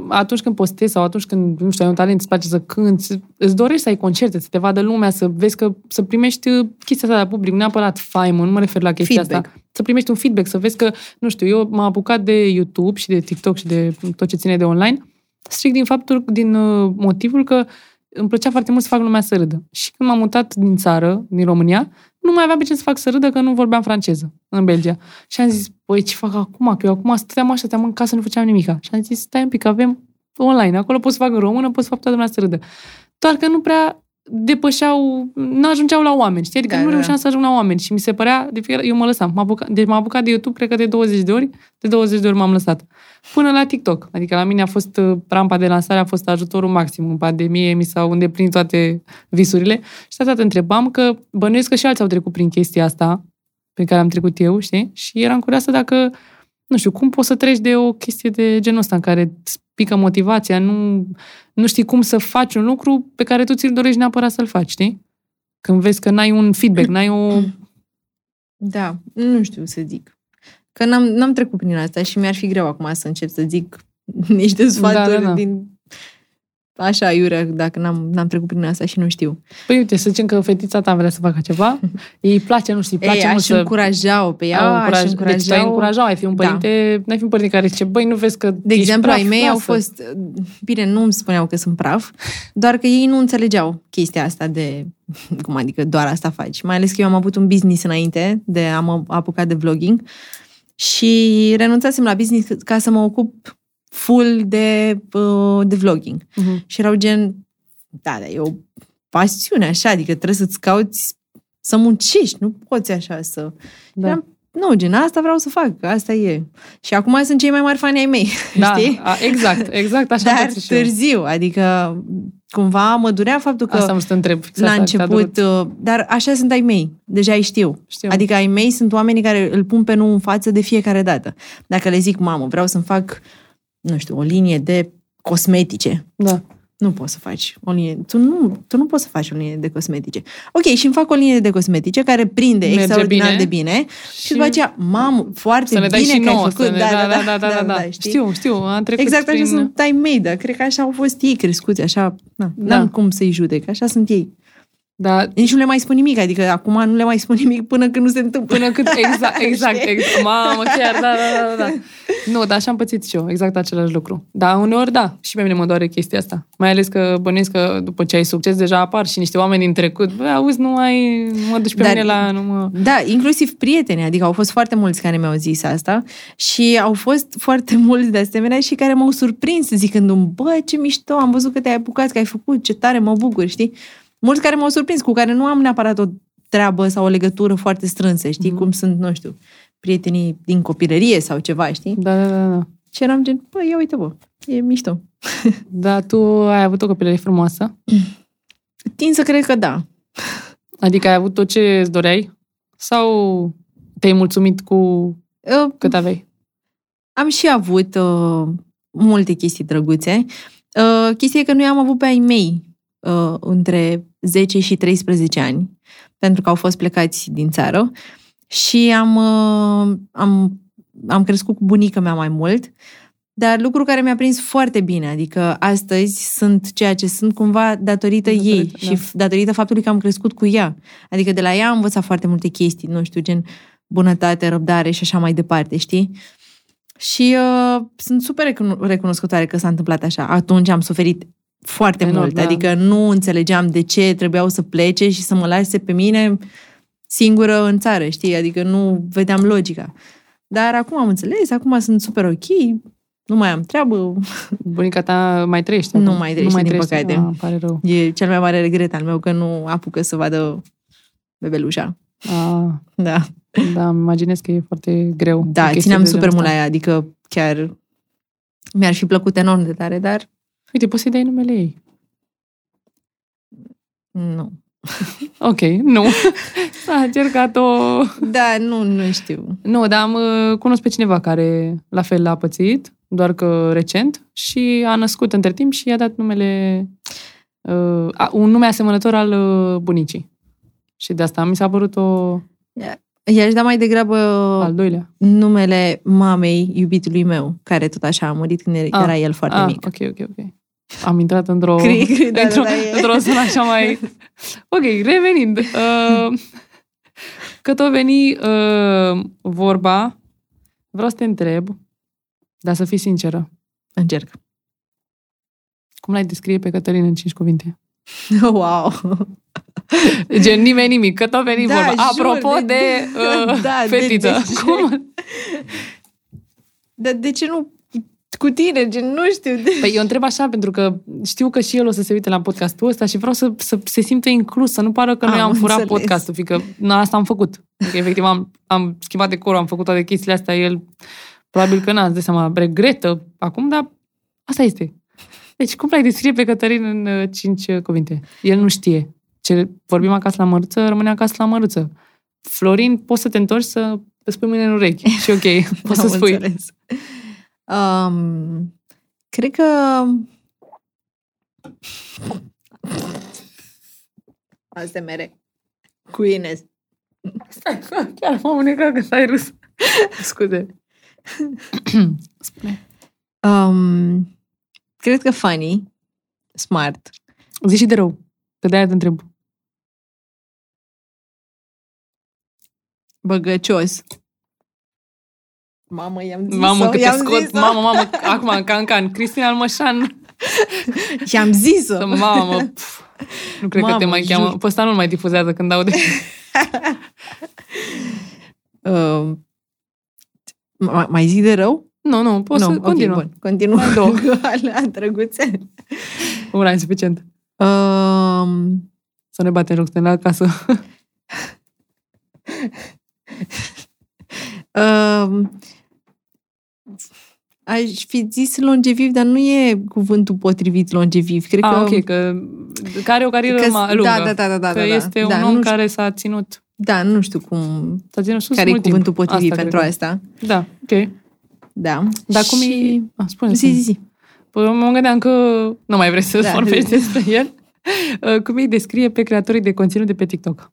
atunci când postezi sau atunci când, nu știu, ai un talent, îți place să cânti, îți dorești să ai concerte, să te vadă lumea, să vezi că, să primești uh, chestia asta de la public, neapărat faimă, nu mă refer la chestia Feedback. asta. Să primești un feedback, să vezi că, nu știu, eu m-am apucat de YouTube și de TikTok și de tot ce ține de online, strict din faptul, din uh, motivul că îmi plăcea foarte mult să fac lumea să râdă. Și când m-am mutat din țară, din România, nu mai aveam pe ce să fac să râdă că nu vorbeam franceză în Belgia. Și am zis, băi, ce fac acum? Că eu acum stăteam așa, stăteam în casă, nu făceam nimica. Și am zis, stai un pic, că avem online. Acolo pot să fac în română, pot să fac toată lumea să râdă. Doar că nu prea depășeau, nu ajungeau la oameni, știi? Adică Da, da, nu da, da. reușeam să ajung la oameni și mi se părea, de fiecare, eu mă lăsam. M-a apucat, deci m-am apucat de YouTube, cred că de 20 de ori, de 20 de ori m-am lăsat. Până la TikTok. Adică la mine a fost uh, rampa de lansare, a fost ajutorul maxim în pandemie, mi s-au îndeplinit toate visurile. Și tata întrebam că bănuiesc că și alții au trecut prin chestia asta pe care am trecut eu, știi? Și eram curioasă dacă nu știu, cum poți să treci de o chestie de genul ăsta în care îți pică motivația, nu, nu știi cum să faci un lucru pe care tu ți-l dorești neapărat să-l faci, știi? Când vezi că n-ai un feedback, n-ai o... Da, nu știu să zic. Că n-am, n-am trecut prin asta și mi-ar fi greu acum să încep să zic [LAUGHS] niște sfaturi da, da, da. din așa iurea dacă n-am, n-am trecut prin asta și nu știu. Păi uite, să zicem că fetița ta vrea să facă ceva, ei îi place, nu știu, îi place Ei, mult aș să... încuraja-o pe ea, Au aș încuraj... Deci te-ai încuraja-o. încuraja, ai fi un Da. părinte, n-ai fi un părinte care zice, băi, nu vezi că De ești Deci exemplu, praf, ai mei au lasă." fost, bine, nu îmi spuneau că sunt praf, doar că ei nu înțelegeau chestia asta de, [LAUGHS] cum adică doar asta faci. Mai ales că eu am avut un business înainte de a mă apuca de vlogging și renunțasem la business ca să mă ocup full de, uh, de vlogging. Mhm. Și erau gen, da, dar e o pasiune așa, adică trebuie să-ți cauți să muncești, nu poți așa să... Da. Eram, nu, gen, asta vreau să fac, asta e. Și acum sunt cei mai mari fani ai mei, Da, știi? a, exact, exact, așa am Dar pățit și eu. târziu, adică cumva mă durea faptul că Asta am să te întreb. fix la asta, că te-a durut. început, uh, dar așa sunt ai mei, deja îi știu. Știu. Adică ai mei sunt oamenii care îl pun pe nu în față de fiecare dată. Dacă le zic, mamă, vreau să-mi fac, nu știu, o linie de cosmetice, Da. nu poți să faci o linie. Tu nu, tu nu poți să faci o linie de cosmetice. Ok, și îmi fac o linie de cosmetice care prinde Merge extraordinar bine. de bine și, Și- și după aceea, mamă, foarte Să ne dai bine și că ai nouă. făcut. să ne- da, da, da, da, da, da. știi? Știu, știu, am trecut Exact prin... așa sunt ai mei, dar cred că așa au fost ei crescuți, așa, na, Da. n-am cum să-i judec, așa sunt ei. Da, Nici nu le mai spun nimic, adică acum nu le mai spun [LAUGHS] nimic până când nu se întâmplă. Până cât, exact, exact, exact. Mamă, chiar, da, da, da, da. Nu, dar așa am pățit și eu, exact același lucru. Dar uneori, da, și pe mine mă doare chestia asta. Mai ales că bănuiesc că după ce ai succes, deja apar și niște oameni din trecut. Bă, auzi, nu ai, nu mă duci pe Dar- mine la... Nu mă... Da, inclusiv prieteni, adică au fost foarte mulți care mi-au zis asta și au fost foarte [LAUGHS] mulți de asemenea și care m-au surprins zicându-mi, bă, ce mișto, am văzut că te-ai apucat, că ai făcut, ce tare, mă bucur, știi? Mulți care m-au surprins, cu care nu am neapărat o treabă sau o legătură foarte strânsă, știi? Mhm. Cum sunt, nu știu, prietenii din copilărie sau ceva, știi? Da, da, da, da. Și eram gen, bă, ia uite, bă, e mișto. Dar tu ai avut o copilărie frumoasă? Tin să cred că da. Adică ai avut tot ce îți doreai? Sau te-ai mulțumit cu Uh, cât aveai? Am și avut uh, multe chestii drăguțe. Uh, chestia e că noi am avut pe ai mei uh, între 10 și 13 ani, pentru că au fost plecați din țară și am, uh, am, am crescut cu bunica mea mai mult, dar lucru care mi-a prins foarte bine, adică astăzi sunt ceea ce sunt cumva Datorită, datorită ei da. și f- datorită faptului că am crescut cu ea. Adică de la ea am învățat foarte multe chestii, nu știu, gen bunătate, răbdare și așa mai departe, știi? Și uh, sunt super recuno- recunoscătoare că s-a întâmplat așa. Atunci am suferit foarte Enorm, mult, da. adică nu înțelegeam de ce trebuiau să plece și să mă lase pe mine singură în țară, știi? Adică nu vedeam logica. Dar acum am înțeles, acum sunt super ok, nu mai am treabă, Bunica ta mai trăiește? Nu acum? mai trăiește, din păcate. Ah, îmi pare rău. e cel mai mare regret al meu că nu apucă să vadă bebelușa. Ah. Da. Da, îmi imaginez că e foarte greu. cu Da, chestii țineam de super genul mult la ăsta. ea, adică chiar mi-ar fi plăcut enorm de tare, dar Uite, poți să-i dai numele ei. [LAUGHS] nu. Ok, nu. [LAUGHS] S-a încercat-o... Da, nu, nu știu. Nu, dar am uh, cunosc pe cineva care la fel a pățit, doar că recent, și a născut între timp și i-a dat numele... Uh, a- un nume asemănător al uh, bunicii. Și de asta mi s-a părut o I-aș da mai degrabă al doilea. numele mamei iubitului meu, care tot așa a murit când era Ah, el foarte ah, mic. ok, ok, ok. Am intrat într-o... Cri, cri, [LAUGHS] da, într-o, da, da, e. într-o zonă așa mai... Ok, revenind. Uh, că tot veni uh, vorba, vreau să te întreb, dar să fii sinceră, Încerc. [LAUGHS] cum l-ai descrie pe Cătălin în 5 cuvinte? Oh, Wow! Gen, nimeni nimic, că tot veni Da, vorba. jur, Apropo de- de, uh, [LAUGHS] da, de- fetiță. de ce? cum? Dar de ce nu cu tine? Gen, nu știu. De... [LAUGHS] Păi eu întreb așa, pentru că știu că și el o să se uite la podcastul ăsta și vreau să, să se simte inclus, să nu pară că noi Am am, furat înțeles. podcastul, fiindcă na, asta am făcut. Adică, efectiv, am, am schimbat decorul, am făcut toate chestiile astea, el probabil că n-ați de seama, regretă acum, dar asta este. Deci, cum l-ai descrie pe Cătălin în uh, cinci uh, cuvinte? El nu știe. Ce vorbim acasă la măruță, rămâne acasă la măruță. Florin, poți să te întorci să Îți pui mâine în urechi și [LAUGHS] ok, poți să Am spui. înțeles. Um, cred că... Asta mere. Cu Ines. Stai, chiar m-am unecat că s-ai râs. Scuze. [COUGHS] Spune. Um, cred că funny, smart, Zici și de rău, că de-aia te întreb. băgăcios. Mamă, i-am zis Mamă, că te i-am scot, zis-o. mamă, mamă, acum în cancan. Cristina Almășan, I-am [LAUGHS] zis-o. mamă, pf, nu cred că Mamă, te mai cheamă. jur. Pe ăsta nu mai difuzează când aude. Um, ma- mai zic de rău? [LAUGHS] Nu, nu, poți Nu, să ok, continuă. bun, continuă. Mai două. [LAUGHS] La drăguțe. Una e suficient. Um, Să ne batem joc, suntem la [LAUGHS] casă. Um, aș fi zis longeviv, dar nu e cuvântul potrivit longeviv. Cred Ah, că, ok, că, că are o carieră că mai lungă. da, da, da, da, da, că da, da. este un da, om nu care s-a ținut, Știu, da, nu știu cum, s-a ținut sus care e mult timp. cuvântul potrivit Asta pentru cred. asta. Da, ok. Da. Dar cum și... e... Ah, spune Zi, zi, zi. Păi mă gândeam că nu mai vrei să da. Da. vorbești despre el. Uh, Cum îi descrie pe creatorii de conținut de pe TikTok?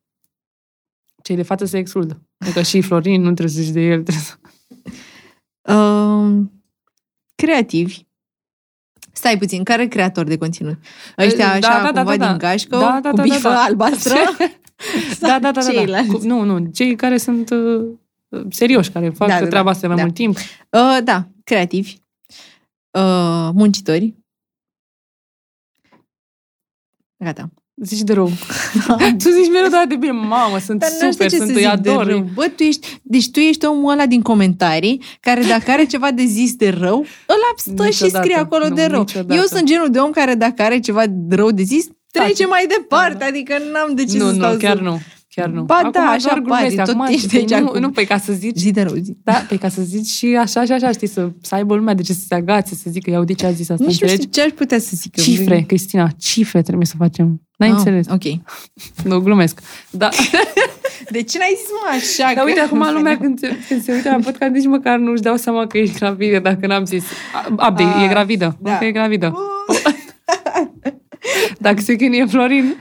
Cei de față se exclud. Adică și Florin nu trebuie să zici de el. Trebuie [LAUGHS] să... Um, creativi. Stai puțin, care creator de conținut? Ăștia Da, așa, da, da, cumva da, da. din gașcă, Da, da, cu da, da, bifă da. [LAUGHS] albastră? da, da, da, da, da. Ceilalți. Cu, nu, nu. Cei care sunt uh, serioși, care fac da, Da, da, da, da. treaba asta mai Da. mult timp. Uh, da, creativi, uh, muncitori. Gata. Zici [LAUGHS] de rău. tu zici mereu doar de bine. Mamă, sunt Dar nu știu super, ce sunt, să îi zic de ador. rău. Bă, tu ești, deci tu ești omul ăla din comentarii care dacă are ceva de zis de rău, ăla stă și Niciodată. scrie acolo Nu, de rău. niciodată. Eu sunt genul de om care dacă are ceva rău de zis, trece Taci. mai departe, Da. adică n-am de ce nu, să stau nu, chiar să... nu. Chiar nu. Ba da, așa doar glumesc, pare, tot acum- ești aici nu, acum. nu, pe ca să zici Zi de rău, zi. Da, pe ca să zici și așa și așa, știi, să, să aibă lumea de ce să se agațe, să zică, iau de ce a zis asta, Nici nu înțelegi? știu ce aș putea să zic. eu. Cifre, Cristina, cifre trebuie să facem. N-ai Ah, înțeles. Ok. Nu, glumesc. Da, De ce n-ai zis mă așa? [LAUGHS] dar uite, acum [LAUGHS] lumea când se, când se uită la podcast, nici măcar nu își dau seama că ești gravidă, dacă n-am zis. A- Update, Ah, e gravidă. Da. da. Că e gravidă. Dacă se chinuie Florin,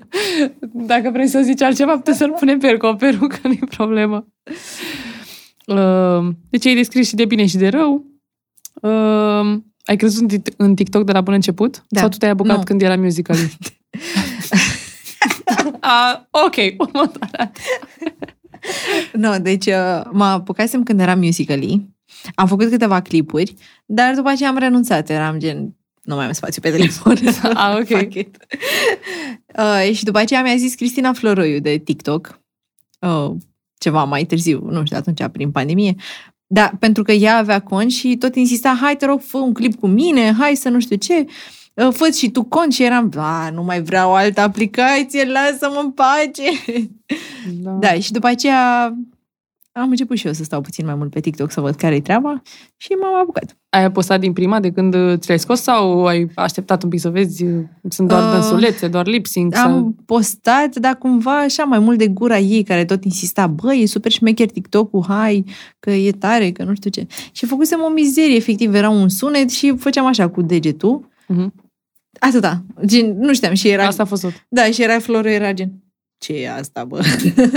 [LAUGHS] dacă vrei să zici altceva, putem să-l punem pe el cu o perucă, nu-i problemă. Uh, Deci ai descris și de bine și de rău. Uh, Ai crezut în tit- în TikTok de la bun început? Da. Sau tu te-ai apucat Nu. când era [LAUGHS] musical? A, ok, următoarea. Nu, deci uh, mă apucasem când eram musical am făcut câteva clipuri, dar după aceea am renunțat, eram gen, nu mai am spațiu pe telefon. [LAUGHS] [LAUGHS] Ah, ok. Fuck it. uh, și după aceea mi-a zis Cristina Floroiu de TikTok, uh, ceva mai târziu, nu știu, atunci prin pandemie, da, pentru că ea avea cont și tot insista, hai te rog, fă un clip cu mine, hai să nu știu ce, uh, fă și tu cont și eram, a, nu mai vreau altă aplicație, lasă-mă în pace. [LAUGHS] Da, și după aceea am început și eu să stau puțin mai mult pe TikTok să văd care-i treaba și m-am apucat. Ai postat din prima de când uh, ți l-ai scos sau ai așteptat un pic să vezi? uh, Sunt doar Uh, dansulețe, doar lip sync? Sau... Am postat, dar cumva așa mai mult de gura ei care tot insista, bă, e super șmecher TikTok-ul, hai, că e tare, că nu știu ce. Și făcusem o mizerie, efectiv, era un sunet și făceam așa cu degetul. Mhm. Atâta, gen, nu știam și era... Asta a fost tot. Da, și era Floru, era gen, ce e asta, bă?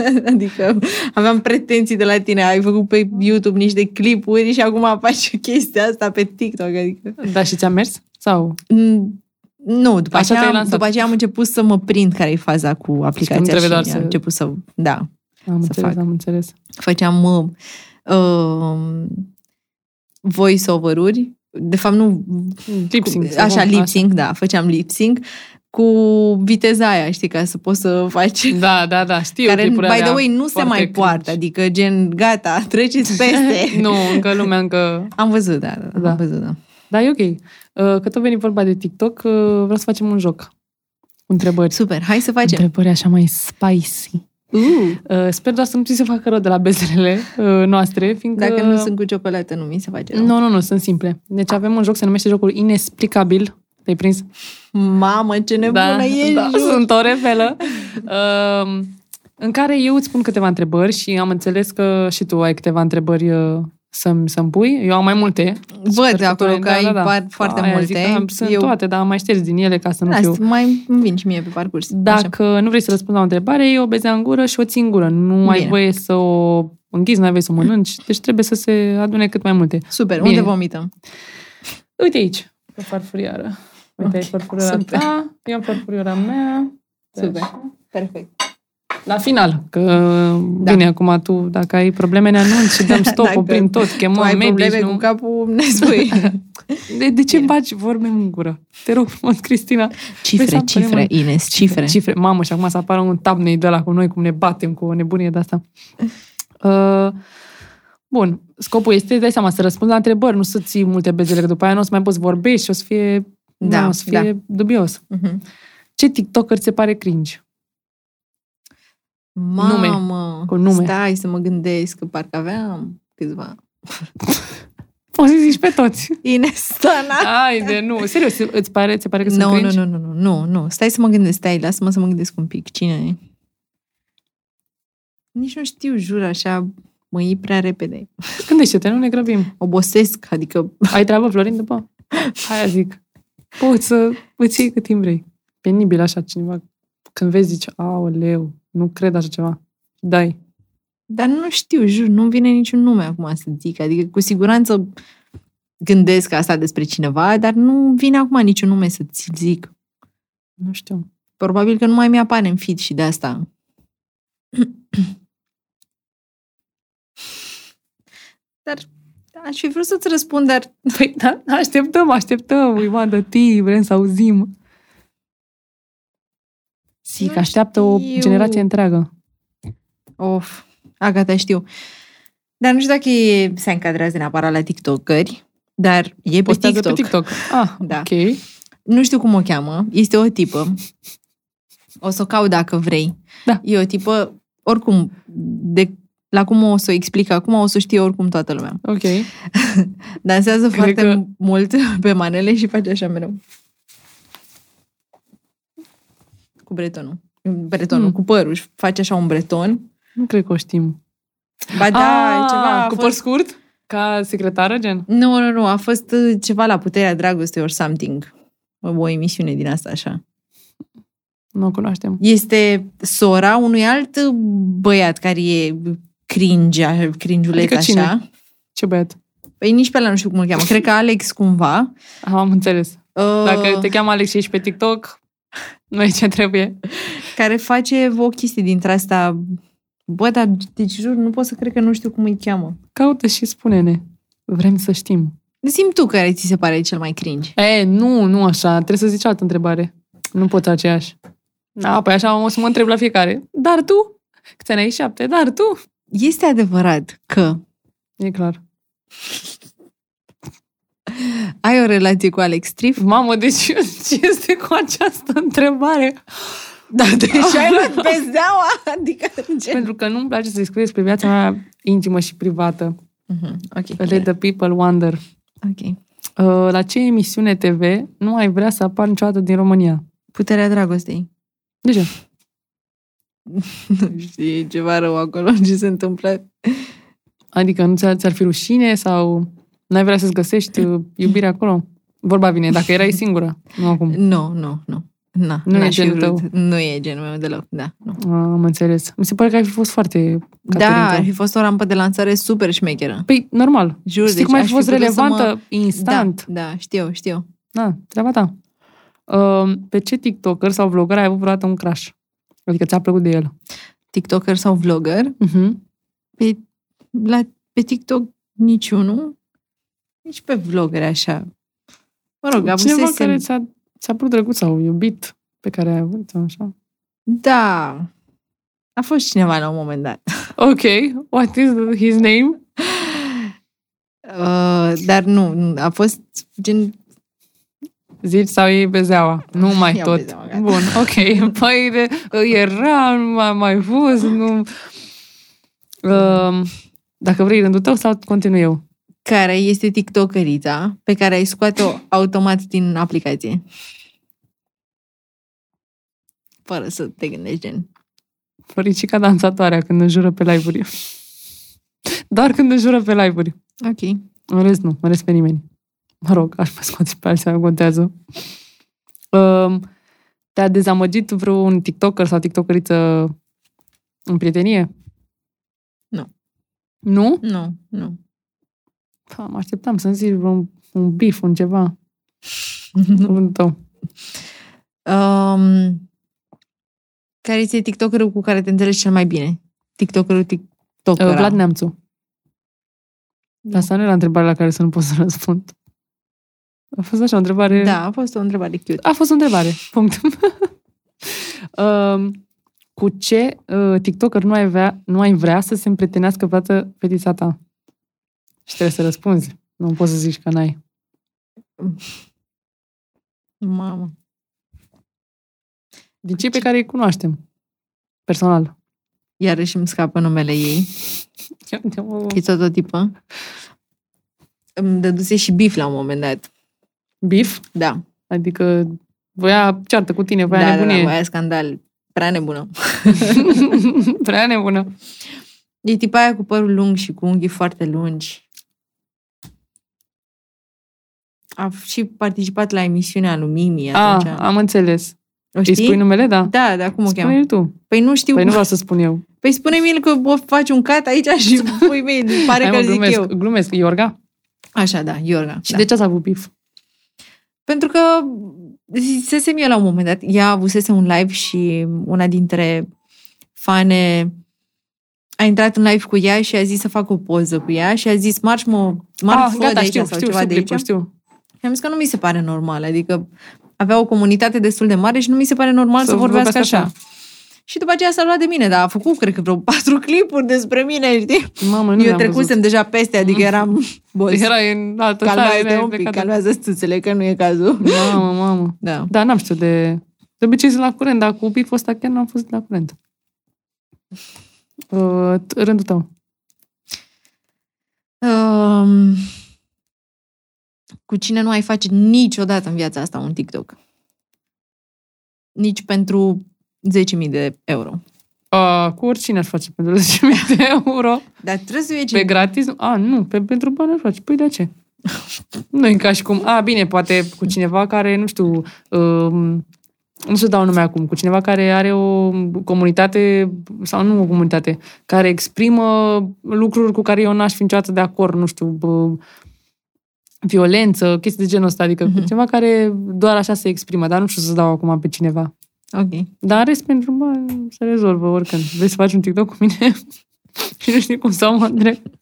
[LAUGHS] adică aveam pretenții de la tine, ai făcut pe YouTube niște clipuri și acum faci chestia asta pe TikTok, adică... Da, și ți-a mers? Sau? Mm, Nu, după Așa aceea, te-ai am, lansat. după aceea am început să mă prind care e faza cu aplicația trebuie și doar am să- început să... Da, Am Să înțeles, fac. am înțeles. făceam uh, uh, voice-over-uri, de fapt nu Lip sync. cu, așa, lip sync, da, făceam lip sync cu viteza aia, știi, ca să poți să faci Da, da, da, știu. [LAUGHS] care, by clipurile the alea way, nu se foarte mai cringe. poartă, adică gen, gata, [LAUGHS] [LAUGHS] treceți peste. nu, încă lumea, încă... Am văzut, da, da, Da. da. am văzut, da. Da, e ok. Uh, Că tot veni vorba de TikTok, uh, vreau să facem un joc. Cu Întrebări. Super, hai să facem. Întrebări așa mai spicy. Uh, Uh, Sper doar să nu ți se facă rău de la bezele uh, noastre, fiindcă... dacă nu sunt cu ciocolată, nu mi se face rău. Nu, nu, nu, sunt simple. Deci avem un joc, se numește jocul Inexplicabil. Te-ai prins? Mamă, ce nebună da, ești! da, jur. sunt o rebelă. Um, în care eu îți pun câteva întrebări și am înțeles că și tu ai câteva întrebări uh, să-mi, să-mi pui. Eu am mai multe. Sper Văd acolo tu da, că ai par- foarte Aia multe. Zic, am, sunt eu... toate, dar am mai ștergi din ele ca să nu Las, fiu... mai îmi vin și mie pe parcurs. Așa. Dacă nu vrei să răspunzi la o întrebare, e o bezea în gură și o ții în gură. Nu Bine. ai Bine. voie să o înghiți, nu ai voie să o mănânci. Deci trebuie să se adune cât mai multe. Super, Bine. unde vomităm? Uite aici, pe farfuriară. Uite, ai Ok, farfuriora super. ta, eu am farfuriora mea. Super. Așa. Perfect. La final, că da. bine, acum tu, dacă ai probleme, ne anunți [LAUGHS] și dăm stop Dacă prin tot, Mă, tu chemăm ai medici, probleme nu? cu nu? capul, ne spui. De, de ce Bine. bagi vorbe în gură? Te rog frumos, Cristina. Vrei să cifre, am cifre, probleme? Ines, cifre. Cifre. Mamă, și acum să apară un thumbnail de la cu noi, cum ne batem cu o nebunie de asta. Uh, bun, scopul este, dai seama, să răspund la întrebări, nu să ții multe bezele, că după aia nu o să mai poți vorbi și o să fie, Da, da, o să fie da. dubios. Mhm. Ce TikToker ți se pare cringe? Nume. Mamă, Cu nume. stai să mă gândesc că parcă aveam câțiva. Poți să zici pe [LAUGHS] toți. Ines Stana. Ai de nu. Serios, îți pare, ți pare că sunt Nu, nu, cringe? nu, nu, nu, nu, nu. Stai să mă gândesc, stai, lasă-mă să mă gândesc un pic. Cine e? Nici nu știu, jur, așa, mă iei prea repede. Gândește-te, nu ne grăbim. Obosesc, adică Ai treabă, Florin, după? Aia zic. Poți să îți iei cât timp vrei. Penibil așa cineva. Când vezi, zici, aoleu, nu cred așa ceva. Dai. Dar nu știu, jur, nu-mi vine niciun nume acum să zic. Adică, cu siguranță gândesc asta despre cineva, dar nu vine acum niciun nume să ți zic. Nu știu. Probabil că nu mai mi-apare în feed și de asta. Dar aș fi vrut să-ți răspund, dar Păi, da, așteptăm, așteptăm. We want the tea, vrem să auzim. Zic, Nu așteaptă o știu. generație întreagă. of, a, gata, știu. Dar nu știu dacă e, se încadrează neapărat la TikTokeri, dar e pe Postează TikTok. pe TikTok. Ah, Da. ok. Nu știu cum o cheamă, este o tipă. O să o caut dacă vrei. Da. E o tipă, oricum, de la cum o să o explic acum, o să o știe oricum toată lumea. Ok. Dansează Cred foarte că- mult [LAUGHS] pe manele și face așa mereu. Cu bretonul. Bretonul, Mm. cu părul. își Face așa un breton. Nu cred că o știm. Ba da, Ah, e ceva a cu păr fost... scurt? Ca secretară, gen? Nu, nu, nu, a fost uh, ceva la puterea dragostei or something. O emisiune din asta așa. Nu o cunoaștem. este sora unui alt băiat care e cringe, cringiulet Adică cine? așa. Ce băiat? Păi nici pe ăla nu știu cum îl cheamă. Cred că Alex cumva. Ah, Am înțeles. Dacă uh, te cheamă Alex și ești pe TikTok, noi ce trebuie. Care face o chestie dintre asta. Bă, dar deci jur, nu pot să cred că nu știu cum îi cheamă. Caută și spune-ne. Vrem să știm. Zim tu care ți se pare cel mai cringe. E, nu, nu așa. Trebuie să zici altă întrebare. Nu pot aceeași. Da, păi așa o să mă întreb la fiecare. Dar tu? Că ți-ai șapte. Dar tu? Este adevărat că E clar. ai o relație cu Alex [LAUGHS] Trif, Mamă, deci ce este cu această întrebare? dar deși ai luat Oh, [LAUGHS] pe zeaua, adică [LAUGHS] ce? Pentru că nu-mi place să-i scriu despre viața mea intimă și privată. Mhm, Ok, Let the people wonder. ok. Uh, la ce emisiune TV nu ai vrea să apar niciodată din România? Puterea [LAUGHS] dragostei. De ce? Nu știu, e ceva rău acolo ce se întâmplă. Adică nu ți-ar, ți-ar fi rușine sau n-ai vrea să-ți găsești uh, iubire acolo? Vorba vine, dacă erai singură, nu acum. uh, Nu, nu, nu. Na, Nu e n-aș fi genul vrut. tău. Nu e genul meu deloc, da. Nu. Ah, Am înțeles. Mi se pare că ai fi fost foarte Da, Caterinca. ar fi fost o rampă de lansare super șmecheră. Păi, normal. Jur, deci Știi cum ai aș fi fost vrut să relevantă Mă... mă... instant. Da, da, știu, știu. Da. da, treaba ta. Uh, pe ce TikToker sau vlogger ai avut vreodată un crash? Adică ți-a plăcut de el. Mhm. TikToker sau vlogger? Uh-huh. Pe, la, pe TikTok niciunul, nici pe vlogger așa. Mă rog, Cineva avusesem... care ți-a, ți-a părut drăguț sau iubit pe care ai avut sau așa? Da, a fost cineva la un moment dat. Ok, what is his name? Uh, dar nu, nu, a fost gen... Zici sau iei bezeaua? Nu mai [LAUGHS] Iau tot. bezeaua, gata. [LAUGHS] Bun, ok. Păi de, era, nu mai, mai fost, nu... Um, dacă vrei rândul tău sau continui eu? Care este TikTokerița pe care ai scoat-o automat din aplicație? Fără să te gândești gen. Floricica dansatoarea când îmi jură pe live-uri. [LAUGHS] Doar când îmi jură pe live-uri. Ok. În rest nu, în rest pe nimeni. Mă rog, aș mai scoate pe alții, nu contează. Um, te-a dezamăgit vreun TikToker sau TikTokeriță în prietenie? Nu. Nu? Nu, nu. Pa, mă așteptam să-mi zici un, un bif, un ceva. Cuvântul tău. Um, care este TikTokerul cu care te înțelegi cel mai bine? TikTokerul TikToker. Uh, Vlad Neamțu. Dar asta nu era întrebarea la care să nu pot să răspund. A fost așa o întrebare... Da, a fost o întrebare cute. A fost o întrebare. Punct. [LAUGHS] um, cu ce uh, TikToker nu ai, vrea, nu ai vrea să se împrietenească vreodată fetița ta? Și trebuie să răspunzi. Nu poți să zici că n-ai. Mamă. Din cei pe care îi cunoaștem. Personal. Iarăși îmi scapă numele ei. E tot o tipă. Îmi dăduse și bif la un moment dat. Bif? Da. Adică voia ceartă cu tine, voia da, da, nebunie. da, voia scandal. Prea nebună. [LAUGHS] Prea nebună. E tipa aia cu părul lung și cu unghii foarte lungi. A f- și participat la emisiunea lui Mimi atunci. A, am înțeles. o Ah, Îi spui numele? Da. Da, dar cum o cheamă? Spune-l tu. Păi nu știu. Păi nu vreau să spun eu. Păi spune-mi el că o faci un cat aici [LAUGHS] și pui mei, [LAUGHS] pare Hai, mă, că îl zic glumesc, eu. Glumesc, Iorga. Așa, da, Iorga. Și da. de ce ați avut bif? Pentru că zisesem eu la un moment dat, ea avusese un live și una dintre fane a intrat în live cu ea și a zis să fac o poză cu ea și a zis marci mă, marci fără de aici Ah, știu, sau știu, ceva știu, de aici. clipul, știu. Și am zis că nu mi se pare normal, adică avea o comunitate destul de mare și nu mi se pare normal să, să vorbească așa. așa. Și după aceea s-a luat de mine, dar a făcut, cred că, vreo [LAUGHS] patru clipuri despre mine, știi? Mamă, nu eu le-am văzut. trecusem deja peste, adică eram [LAUGHS] boss. Era în altă Calmează-te țară, un pe pic, care- calmează stâțele, că nu e cazul. Mamă, mamă. Da. Da, n-am știut de... De obicei sunt la curent, dar cu biful ăsta chiar n-am fost la curent. Uh, t- rândul tău. Um, cu cine nu ai face niciodată în viața asta un TikTok? Nici pentru 10.000 de euro. Uh, cu oricine aș face pentru 10.000 de euro. Dar trebuie să fie Pe cineva. gratis? A, nu, pe, pentru bani îl faci. Păi de ce? nu e ca și cum... A, bine, poate cu cineva care, nu știu, um, nu știu dau nume acum, cu cineva care are o comunitate, sau nu o comunitate, care exprimă lucruri cu care eu n-aș fi niciodată de acord, nu știu, bă, violență, chestii de genul ăsta, adică mm-hmm. Mhm. cu cineva care doar așa se exprimă, dar nu știu să dau acum pe cineva. Ok. Dar în rest, pentru bani, se rezolvă oricând. Vrei să faci un TikTok cu mine? [LAUGHS] și nu știi cum să mă îndrept.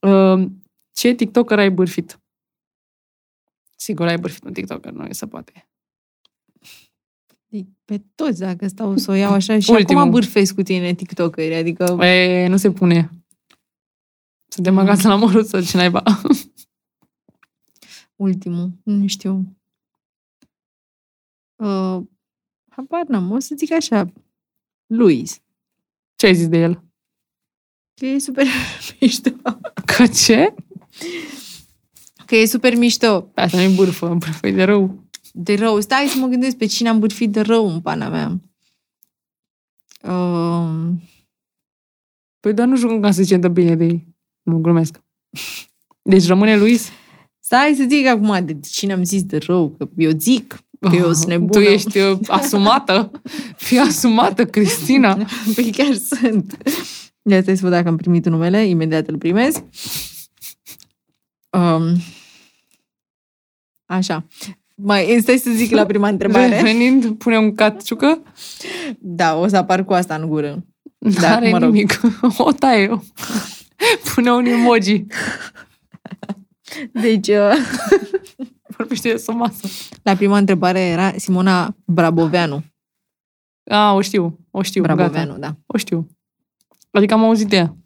Uh, Ce TikToker ai bârfit? Sigur, ai bârfit un TikToker, nu se poate. Deci, Pe toți, dacă stau să o iau [LAUGHS] așa. Și Ultimul. acum bârfesc cu tine TikTokeri, adică... E, nu se pune. Suntem Mm. acasă la măruță, ce naiba. Ultimul, nu știu. Uh, habar n-am, o să zic așa. Luis. [LAUGHS] Ce ai zis de el? Că e super [LAUGHS] mișto. Că ce? Că e super mișto. Asta nu-i bârfă, [LAUGHS] bârfă e de rău. De rău. Stai să mă gândesc pe cine am bârfit de rău în pana mea. Uh, Păi doar nu jucăm ca să zicem de bine de ei. Mă glumesc. Deci rămâne Luis? stai să zic acum de cine am zis de rău, că eu zic. [LAUGHS] Că eu sunt nebună. Tu ești uh, asumată. Fii asumată, Cristina. Păi chiar sunt. Ia stai să văd dacă am primit numele, imediat îl primesc. Um, așa. Mai stai să zic la prima [LAUGHS] întrebare. Revenind, pune un catciucă, Da, o să apar cu asta în gură. dar are mă Da, mă rog. rog. nimic. [LAUGHS] O taie. Pune un emoji. Deci, uh, Vorbește de masă. la prima întrebare era Simona Braboveanu. A, o știu. O știu. Gata. Braboveanu, da. O știu. Adică am auzit de ea.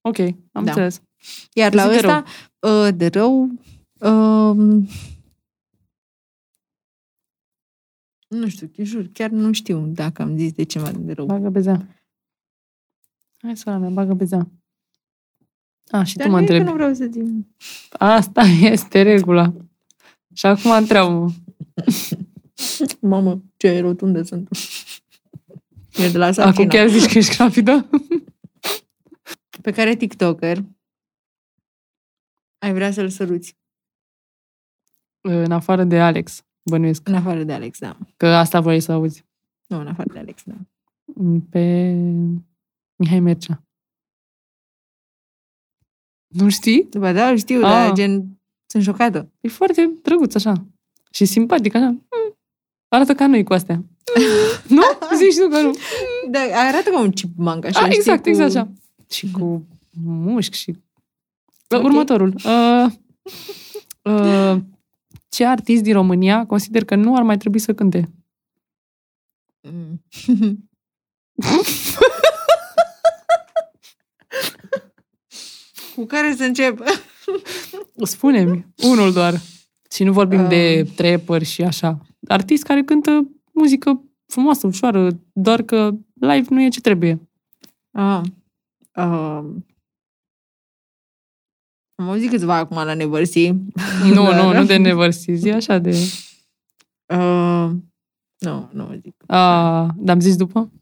Ok, am Da. înțeles. Iar la Zi de ăsta, uh, de rău, um, nu știu, jur, chiar nu știu dacă am zis de ceva de rău. Bagă pe zea. Hai, sora mea, bagă pe zea. A, și Dar tu mă nu e că întrebi. nu vreau să zic. Asta [LAUGHS] este regula. Și acum întreabă Mamă, ce rotundă sunt. [LAUGHS] E de la Acum Safina. chiar zici că ești gravidă? Pe care TikToker ai vrea să-l săruți. În afară de Alex, bănuiesc. În afară de Alex, da. Că asta vrei să auzi. Nu, în afară de Alex, da. Pe Mihai Mercea. Nu știi? Ba da, îl știu, Ah. dar gen... Sunt șocată. E foarte drăguț așa. Și simpatic așa. Mm. Arată ca noi cu astea. Mm. [LAUGHS] nu? Zici tu că nu. Da, arată ca un chipmunk, așa, A, știi, exact, cu... exact așa. Și cu mușchi și... Ok. Da, Următorul. Uh, uh, ce artist din România consider că nu ar mai trebui să cânte? Mm. cu care să încep? Spune-mi. Unul doar. Și nu vorbim Um. de trepări și așa. Artist care cântă muzică frumoasă, ușoară, doar că live nu e ce [LAUGHS] trebuie. Ah. Um. Am auzit câțiva acum la Neversea. Nu, Da, nu, da. nu de nevărsiz, e așa de... Uh, nu, nu o zic. A, dar am zis după?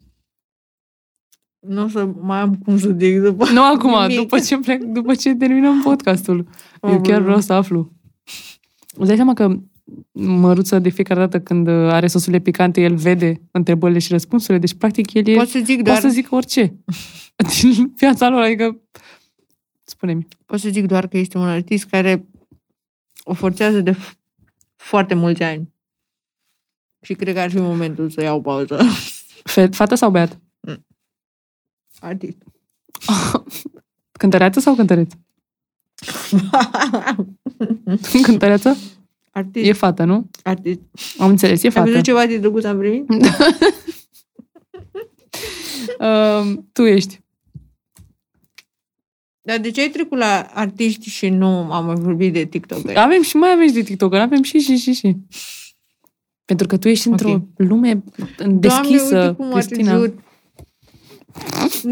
Nu o să mai am cum să zic după. Nu acum, Nimic. Oh, după ce, plec, după ce terminăm podcastul. Eu chiar vreau să aflu. Îți dai seama că măruța de fiecare dată când uh, are sosurile picante, el vede întrebările și răspunsurile. Deci, practic, el e... Pot să Poate zic doar, să zică orice. [LAUGHS] Din viața lor, adică... Spune-mi. pot să zic doar că este un artist care o forțează de f- foarte mulți ani. Și cred că ar fi momentul să iau pauză. Fe- Fată sau băiat? [LAUGHS] Artist. Cântăreață sau cântăreț? [LAUGHS] Cântăreață? artist. E fată, nu? Artist. Am înțeles, e Ai fată. văzut ceva de drăguț am primit? Uh, tu ești. Dar de ce ai trecut la artiști și nu am mai vorbit de TikTok? Avem și mai avem și de TikTok, avem și, și, și, și. Pentru că tu ești într-o Ok. lume deschisă, Doamne, uite cum Cristina. Cristina.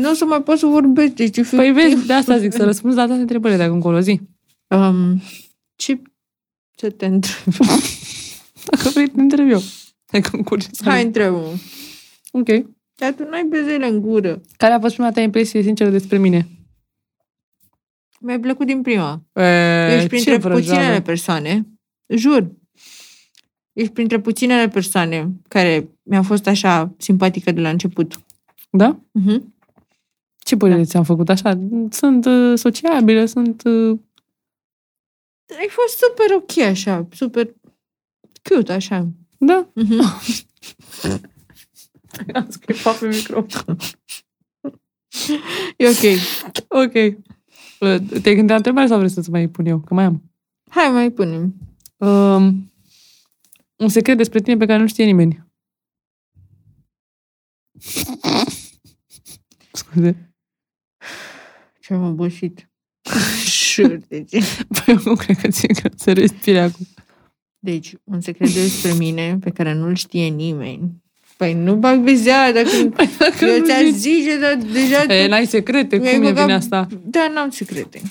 Nu o să mai pot să vorbesc, deci fiu... Păi vezi, da. de asta zic, să răspunzi la toate întrebările de acum încolo, zi. Um, ce... Ce te întreb? Dacă vrei, te întreb eu. Hai că îmi curge să Hai, râd. întreb Ok. Dar tu n-ai bezele în gură. Care a fost prima ta impresie sinceră despre mine? Mi-ai plăcut din prima. E, Ești printre puținele persoane, jur, ești printre puținele persoane care mi-a fost așa simpatică de la început. Da? Uh-huh. Ce părere ți-am făcut așa? Sunt uh, sociabilă, sunt... Uh, Ai fost super ok așa, super cute așa. da? Uh-huh. [LAUGHS] Am scăpat pe microfon. E ok. [LAUGHS] Ok. Uh, Te-ai gândit la întrebare sau vrei să-ți mai pun eu? Că mai am. Hai mai punem. Um, un secret despre tine pe care nu știe nimeni. Scuze. [LAUGHS] Ce am [LAUGHS] obosit. Sure, deci. Păi eu nu cred că ți că să respiri acum. deci, un secret despre mine pe care nu-l știe nimeni. Păi nu bag bezea, [LAUGHS] dacă [LAUGHS] Păi, Dacă eu nu ți-aș zici- zice, dar deja... E, n-ai secrete, cum Mi-ai e băgat- bine asta? Da, n-am secrete.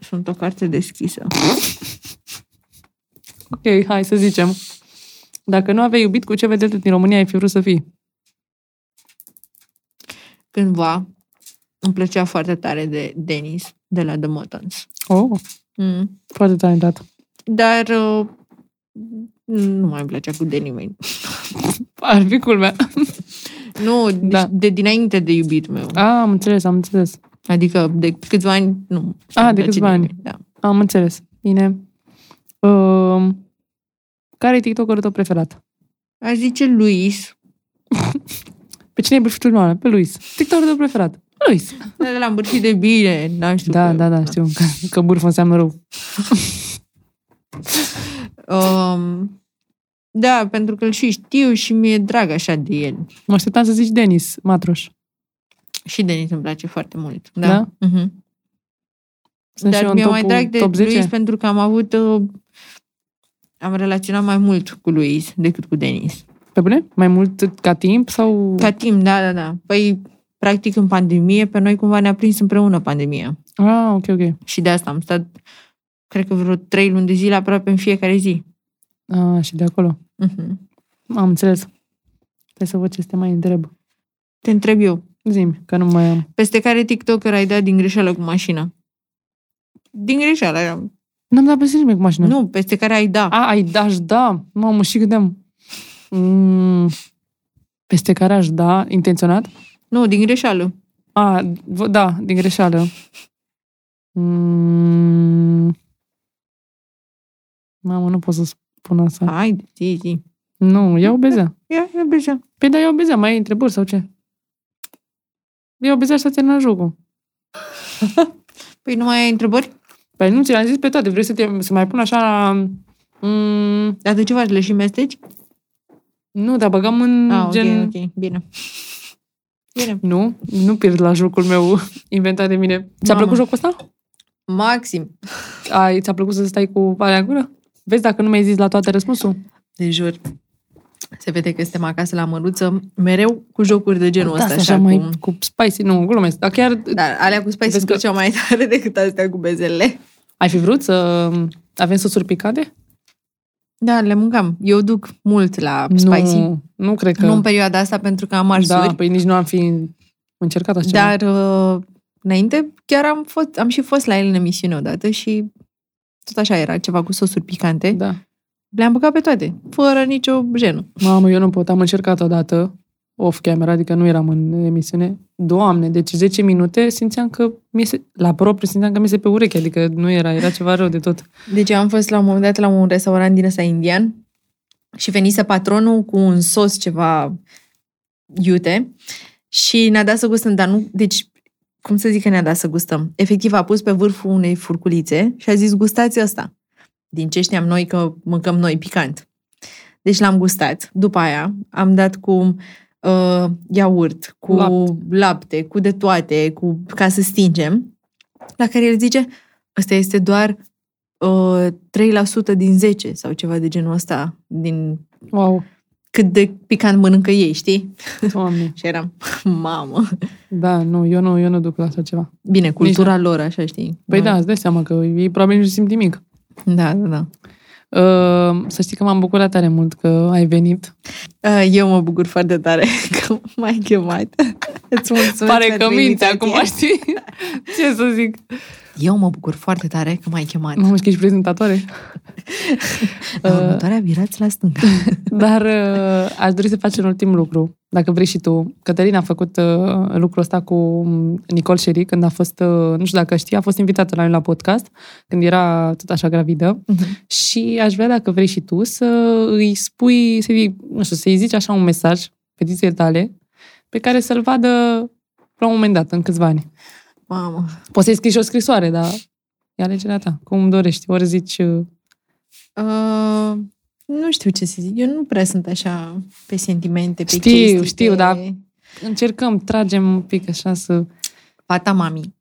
Sunt o carte deschisă. Ok, hai să zicem. Dacă nu aveai iubit, cu ce vedetă din România ai fi vrut să fii? cândva îmi plăcea foarte tare de Denis de la The Muttons. Oh, Mm. foarte talentat. Dar uh, nu mai îmi plăcea cu de nimeni. Ar fi culmea. Nu, Da. da. de dinainte de iubit meu. A, am înțeles, am înțeles. Adică de câțiva ani nu. A, Ah, de Îmi place câțiva ani. nimeni, Da. Am înțeles. Bine. Um, care e TikTokerul tău preferat? da. Aș zice Luis, Pe cine ai bârfitul meu? Pe Luis. TikTokerul tău preferat? Luis. dar l-am bârfit de bine, n-am știut. Da, că- da, da, știu că, că bârfă înseamnă rău. Um, da, pentru că îl și știu și mi-e drag așa de el. Mă așteptam să zici Denis Matroș. Și Denis îmi place foarte mult. Da? Da? Mhm. Sunt Dar și eu în mi-e mai topul drag de top 10? Luis pentru că am avut... uh, Am relaționat mai mult cu Luis decât cu Denis. Pe bune? Mai mult ca timp sau... Ca timp, da, da, da. Păi, practic, în pandemie, pe noi cumva ne-a prins împreună pandemia. Ah, ok, ok. Și de asta am stat, cred că vreo trei luni de zile aproape în fiecare zi. Ah, și de acolo. Mhm. Am înțeles. Trebuie să văd ce să te mai întreb. Te întreb eu. Zim, că nu mai am. Peste care TikToker ai dat din greșeală cu mașina? Din greșeală, așa. N-am dat peste nimeni cu mașina. Nu, peste care ai da. A, ai da, aș da. Mamă, și gândeam. Mm, peste care aș da, intenționat? Nu, din greșeală. A, v- da, din greșeală. Mm, mamă, nu pot să spun asta. Hai, zi, zi. Nu, iau bezea. Ia, ia, beja. Păi da, iau bezea, mai ai întrebări sau ce? Iau bezea și s-a terminat jocul. Păi nu mai ai întrebări? Păi nu, ți le-am zis pe toate. Vrei să, te, să mai pun așa... Mm, Dar de ce faci? Le și mesteci? nu, dar băgăm în Ah, ok, gen... ok. Bine. Bine. Nu, nu pierd la jocul meu [LAUGHS] inventat de mine. Ți-a Mamă. plăcut jocul ăsta? Maxim. Ai, ți-a plăcut să stai cu alea în gură? Vezi dacă nu mi-ai zis la toate răspunsul? De jur. Se vede că suntem acasă la măruță, mereu cu jocuri de genul ăsta. Da, așa mai cum- Da. cu spicy, nu, glumesc. Dar chiar Dar alea cu spice Vezi sunt că- cea mai tare decât astea cu bezele. ai fi vrut să avem sosuri picante? Da, le mâncam. Eu duc mult la spicy. Nu, nu cred că... Nu în perioada asta pentru că am arzuri. da, păi nici nu am fi încercat așa ceva. dar uh, înainte chiar am, fost, am și fost la el în emisiune odată și tot așa era ceva cu sosuri picante. Da. Da. Le-am băgat pe toate, fără nicio jenă. Mamă, eu nu pot. Am încercat odată off camera, adică nu eram în emisiune. Doamne, deci 10 minute simțeam că mi se, la propriu simțeam că mi se pe ureche, adică nu era, era ceva rău de tot. Deci eu am fost la un moment dat la un restaurant din ăsta indian și venise patronul cu un sos ceva iute și ne-a dat să gustăm, dar nu, deci cum să zic că ne-a dat să gustăm? Efectiv a pus pe vârful unei furculițe și a zis gustați ăsta. Din ce știam noi că mâncăm noi picant. Deci l-am gustat. După aia am dat cu uh, iaurt, cu Lapte. lapte. lapte, cu de toate, cu ca să stingem. La care el zice, ăsta este doar uh, 3% din 10 sau ceva de genul ăsta, din Wow, cât de picant mănâncă ei, știi? doamne. Și eram, [LAUGHS] mamă. Da, nu, eu nu, eu nu duc la așa ceva. Bine, cultura lor, așa știi. Păi Nu- da, îți dai seama că ei probabil nu simt nimic. Da, da, da. Uh, să știi că m-am bucurat tare mult că ai venit. Uh, Eu mă bucur foarte tare [LAUGHS] că m-ai chemat. [LAUGHS] Îți mulțumesc Pare pentru că minte invitație. acum, știi? [LAUGHS] Ce să zic? Eu mă bucur foarte tare că m-ai chemat. Mamă, și că ești prezentatoare. La următoarea virați [LAUGHS] la stânga. Dar uh, aș dori să faci un ultim lucru, dacă vrei și tu. Cătălina a făcut uh, lucrul ăsta cu um, Nicole Sherry când a fost, uh, nu știu dacă știi, a fost invitată la noi la podcast, când era tot așa gravidă. Și aș vrea, dacă vrei și tu, să îi spui, să îi, nu știu, să-i zici așa un mesaj fetiței tale, pe care să-l vadă la un moment dat, în câțiva ani. Mamă. Poți să-i scrii și o scrisoare, dar e alegerea ta, cum dorești. Ori zici, uh, Uh, nu știu ce să zic. Eu nu prea sunt așa pe sentimente, pe Știu, chestii, știu, pe... dar- încercăm, tragem un pic așa să... Fata mami.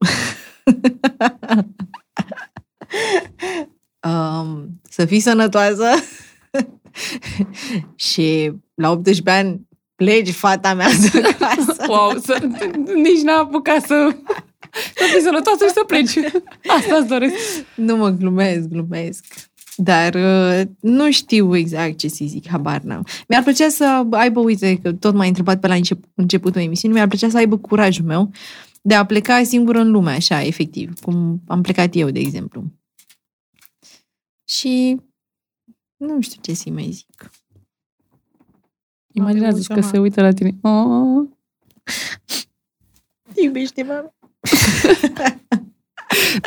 [LAUGHS] um, să fii sănătoasă [LAUGHS] și la 18 ani pleci fata mea [LAUGHS] de acasă. Wow, să, [LAUGHS] nici n-a apucat să, să fii sănătoasă și să [LAUGHS] pleci. Asta îți doresc. Nu mă glumesc, glumesc. Dar uh, nu știu exact ce să-i zic, habar n-am. Mi-ar plăcea să aibă, uite, că tot m-ai întrebat pe la încep- începutul emisiunii, mi-ar plăcea să aibă curajul meu de a pleca singură în lume, așa, efectiv, cum am plecat eu, de exemplu. Și nu știu ce să-i mai zic. Imaginează-ți că emoționat. se uită la tine. Oh. Iubește-mă!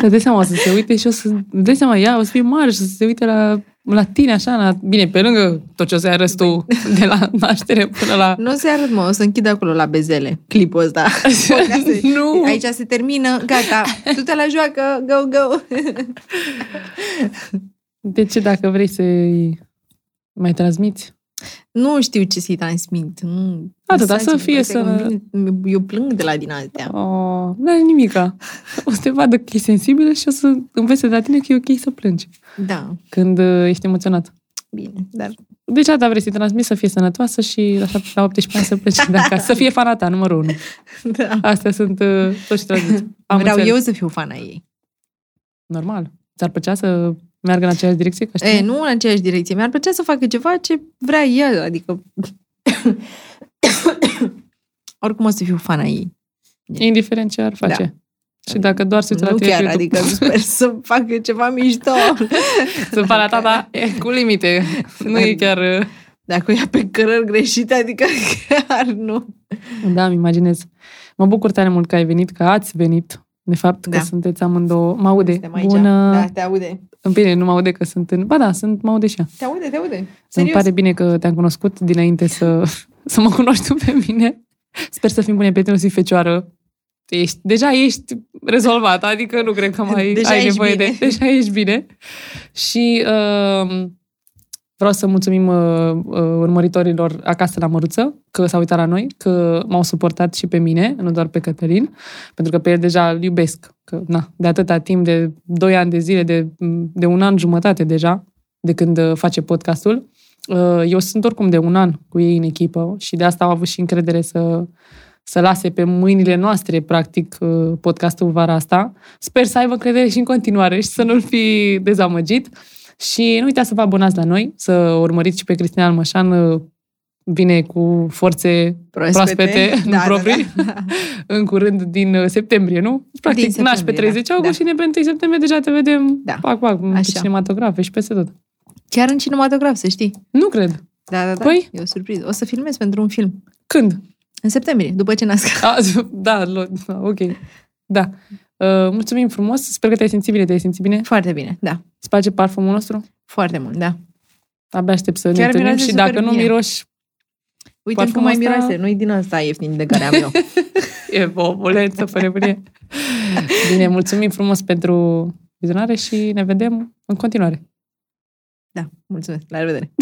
Dar dai seama, o să se uite și o să... Dai seama, ea o să fie mare și o să se uite la, la tine așa, la, bine, pe lângă tot ce o să ai restul de la naștere până la... Nu o să-i arăt, mă, o să închid acolo la bezele clipul ăsta. Podcastul. [LAUGHS] nu! Aici se termină, gata, tu te la joacă, go, go! De ce dacă vrei să-i mai transmiți? Nu știu ce să-i transmit. Nu. Atâta, Da, să Lăsați-mă, fie uite să- că îmi vine- Eu plâng de la din astea. Oh, n-are nimica. O să te vadă că e sensibilă și o să învețe de la tine că e ok să plângi Da, când uh, ești emoționat. bine, dar Deci asta vrei să-i transmiți, să fie sănătoasă și așa la 18 ani să [LAUGHS] pleci de acasă. Să fie fana ta, numărul unu. da. Astea sunt uh, toți transmiți. Am Vreau înțeles. eu să fiu fana ei. Normal. Ți-ar plăcea să meargă în aceeași direcție? Ca E, știi? nu în aceeași direcție. Mi-ar plăcea să facă ceva ce vrea el, adică [COUGHS] oricum o să fiu fana ei. Indiferent ce ar face. Da. Și dacă doar se uită la nu tine chiar, pe YouTube, adică sper să facă ceva [LAUGHS] mișto. sunt palata ta e cu [LAUGHS] limite. Nu e chiar... uh, Dacă o ia pe cărări greșite, adică chiar nu. Da, îmi imaginez. Mă bucur tare mult că ai venit, că ați venit. De fapt, că Da. sunteți amândouă. Mă aude. Suntem aici. Bună. Da, te aude. În Bine, nu mă aude că sunt în... Ba da, sunt, mă aude și ea. Te aude, te aude. Îmi Serios. pare bine că te-am cunoscut dinainte să, [LAUGHS] să mă cunoști tu pe mine. Sper să fim bune prieteni, să fii fecioară. Ești, deja ești rezolvată, adică nu cred că mai Deja ai ești nevoie bine. de... Deja ești bine. Și uh, vreau să mulțumim uh, uh, urmăritorilor acasă la Măruță că s-au uitat la noi, că m-au suportat și pe mine, nu doar pe Cătălin, pentru că pe el deja îl iubesc. Că, na, de atâta timp, de 2 ani de zile, de, de un an jumătate deja, de când uh, face podcastul. Uh, Eu sunt oricum de un an cu ei în echipă și de asta au avut și încredere să, să lase pe mâinile noastre, practic, uh, podcastul vara asta. Sper să aibă încredere și în continuare și să nu-l fi dezamăgit. Și nu uitați să vă abonați la noi, să urmăriți și pe Cristina Almășan, uh, vine cu forțe proaspete proprii. Da, da. în curând din uh, septembrie, nu? Practic, Din naști pe septembrie, 30 da, august și ne pe 1 septembrie deja te vedem Da, pac, pac, pe așa. cinematografe și peste tot. Chiar în cinematograf, să știi. Nu cred. Da, da, da. Păi? E o surpriză. O să filmez pentru un film. Când? În septembrie, după ce nasc. [LAUGHS] A, [LAUGHS] da, lo- da, ok. Da. Uh, mulțumim frumos. Sper că te-ai simțit bine. Te-ai simțit bine? Foarte bine, da. Îți place parfumul nostru? Foarte mult, da. Abia aștept să ne Chiar întâlnim miroase și super dacă nu bine. miroși, Uite Parfumul cum mai ăsta- miroase. Nu-i din asta ieftin de care am eu. e bobuleță, pe [LAUGHS] nebunie. Bine, mulțumim frumos pentru vizionare și ne vedem în continuare. Da, mulțumesc. La revedere.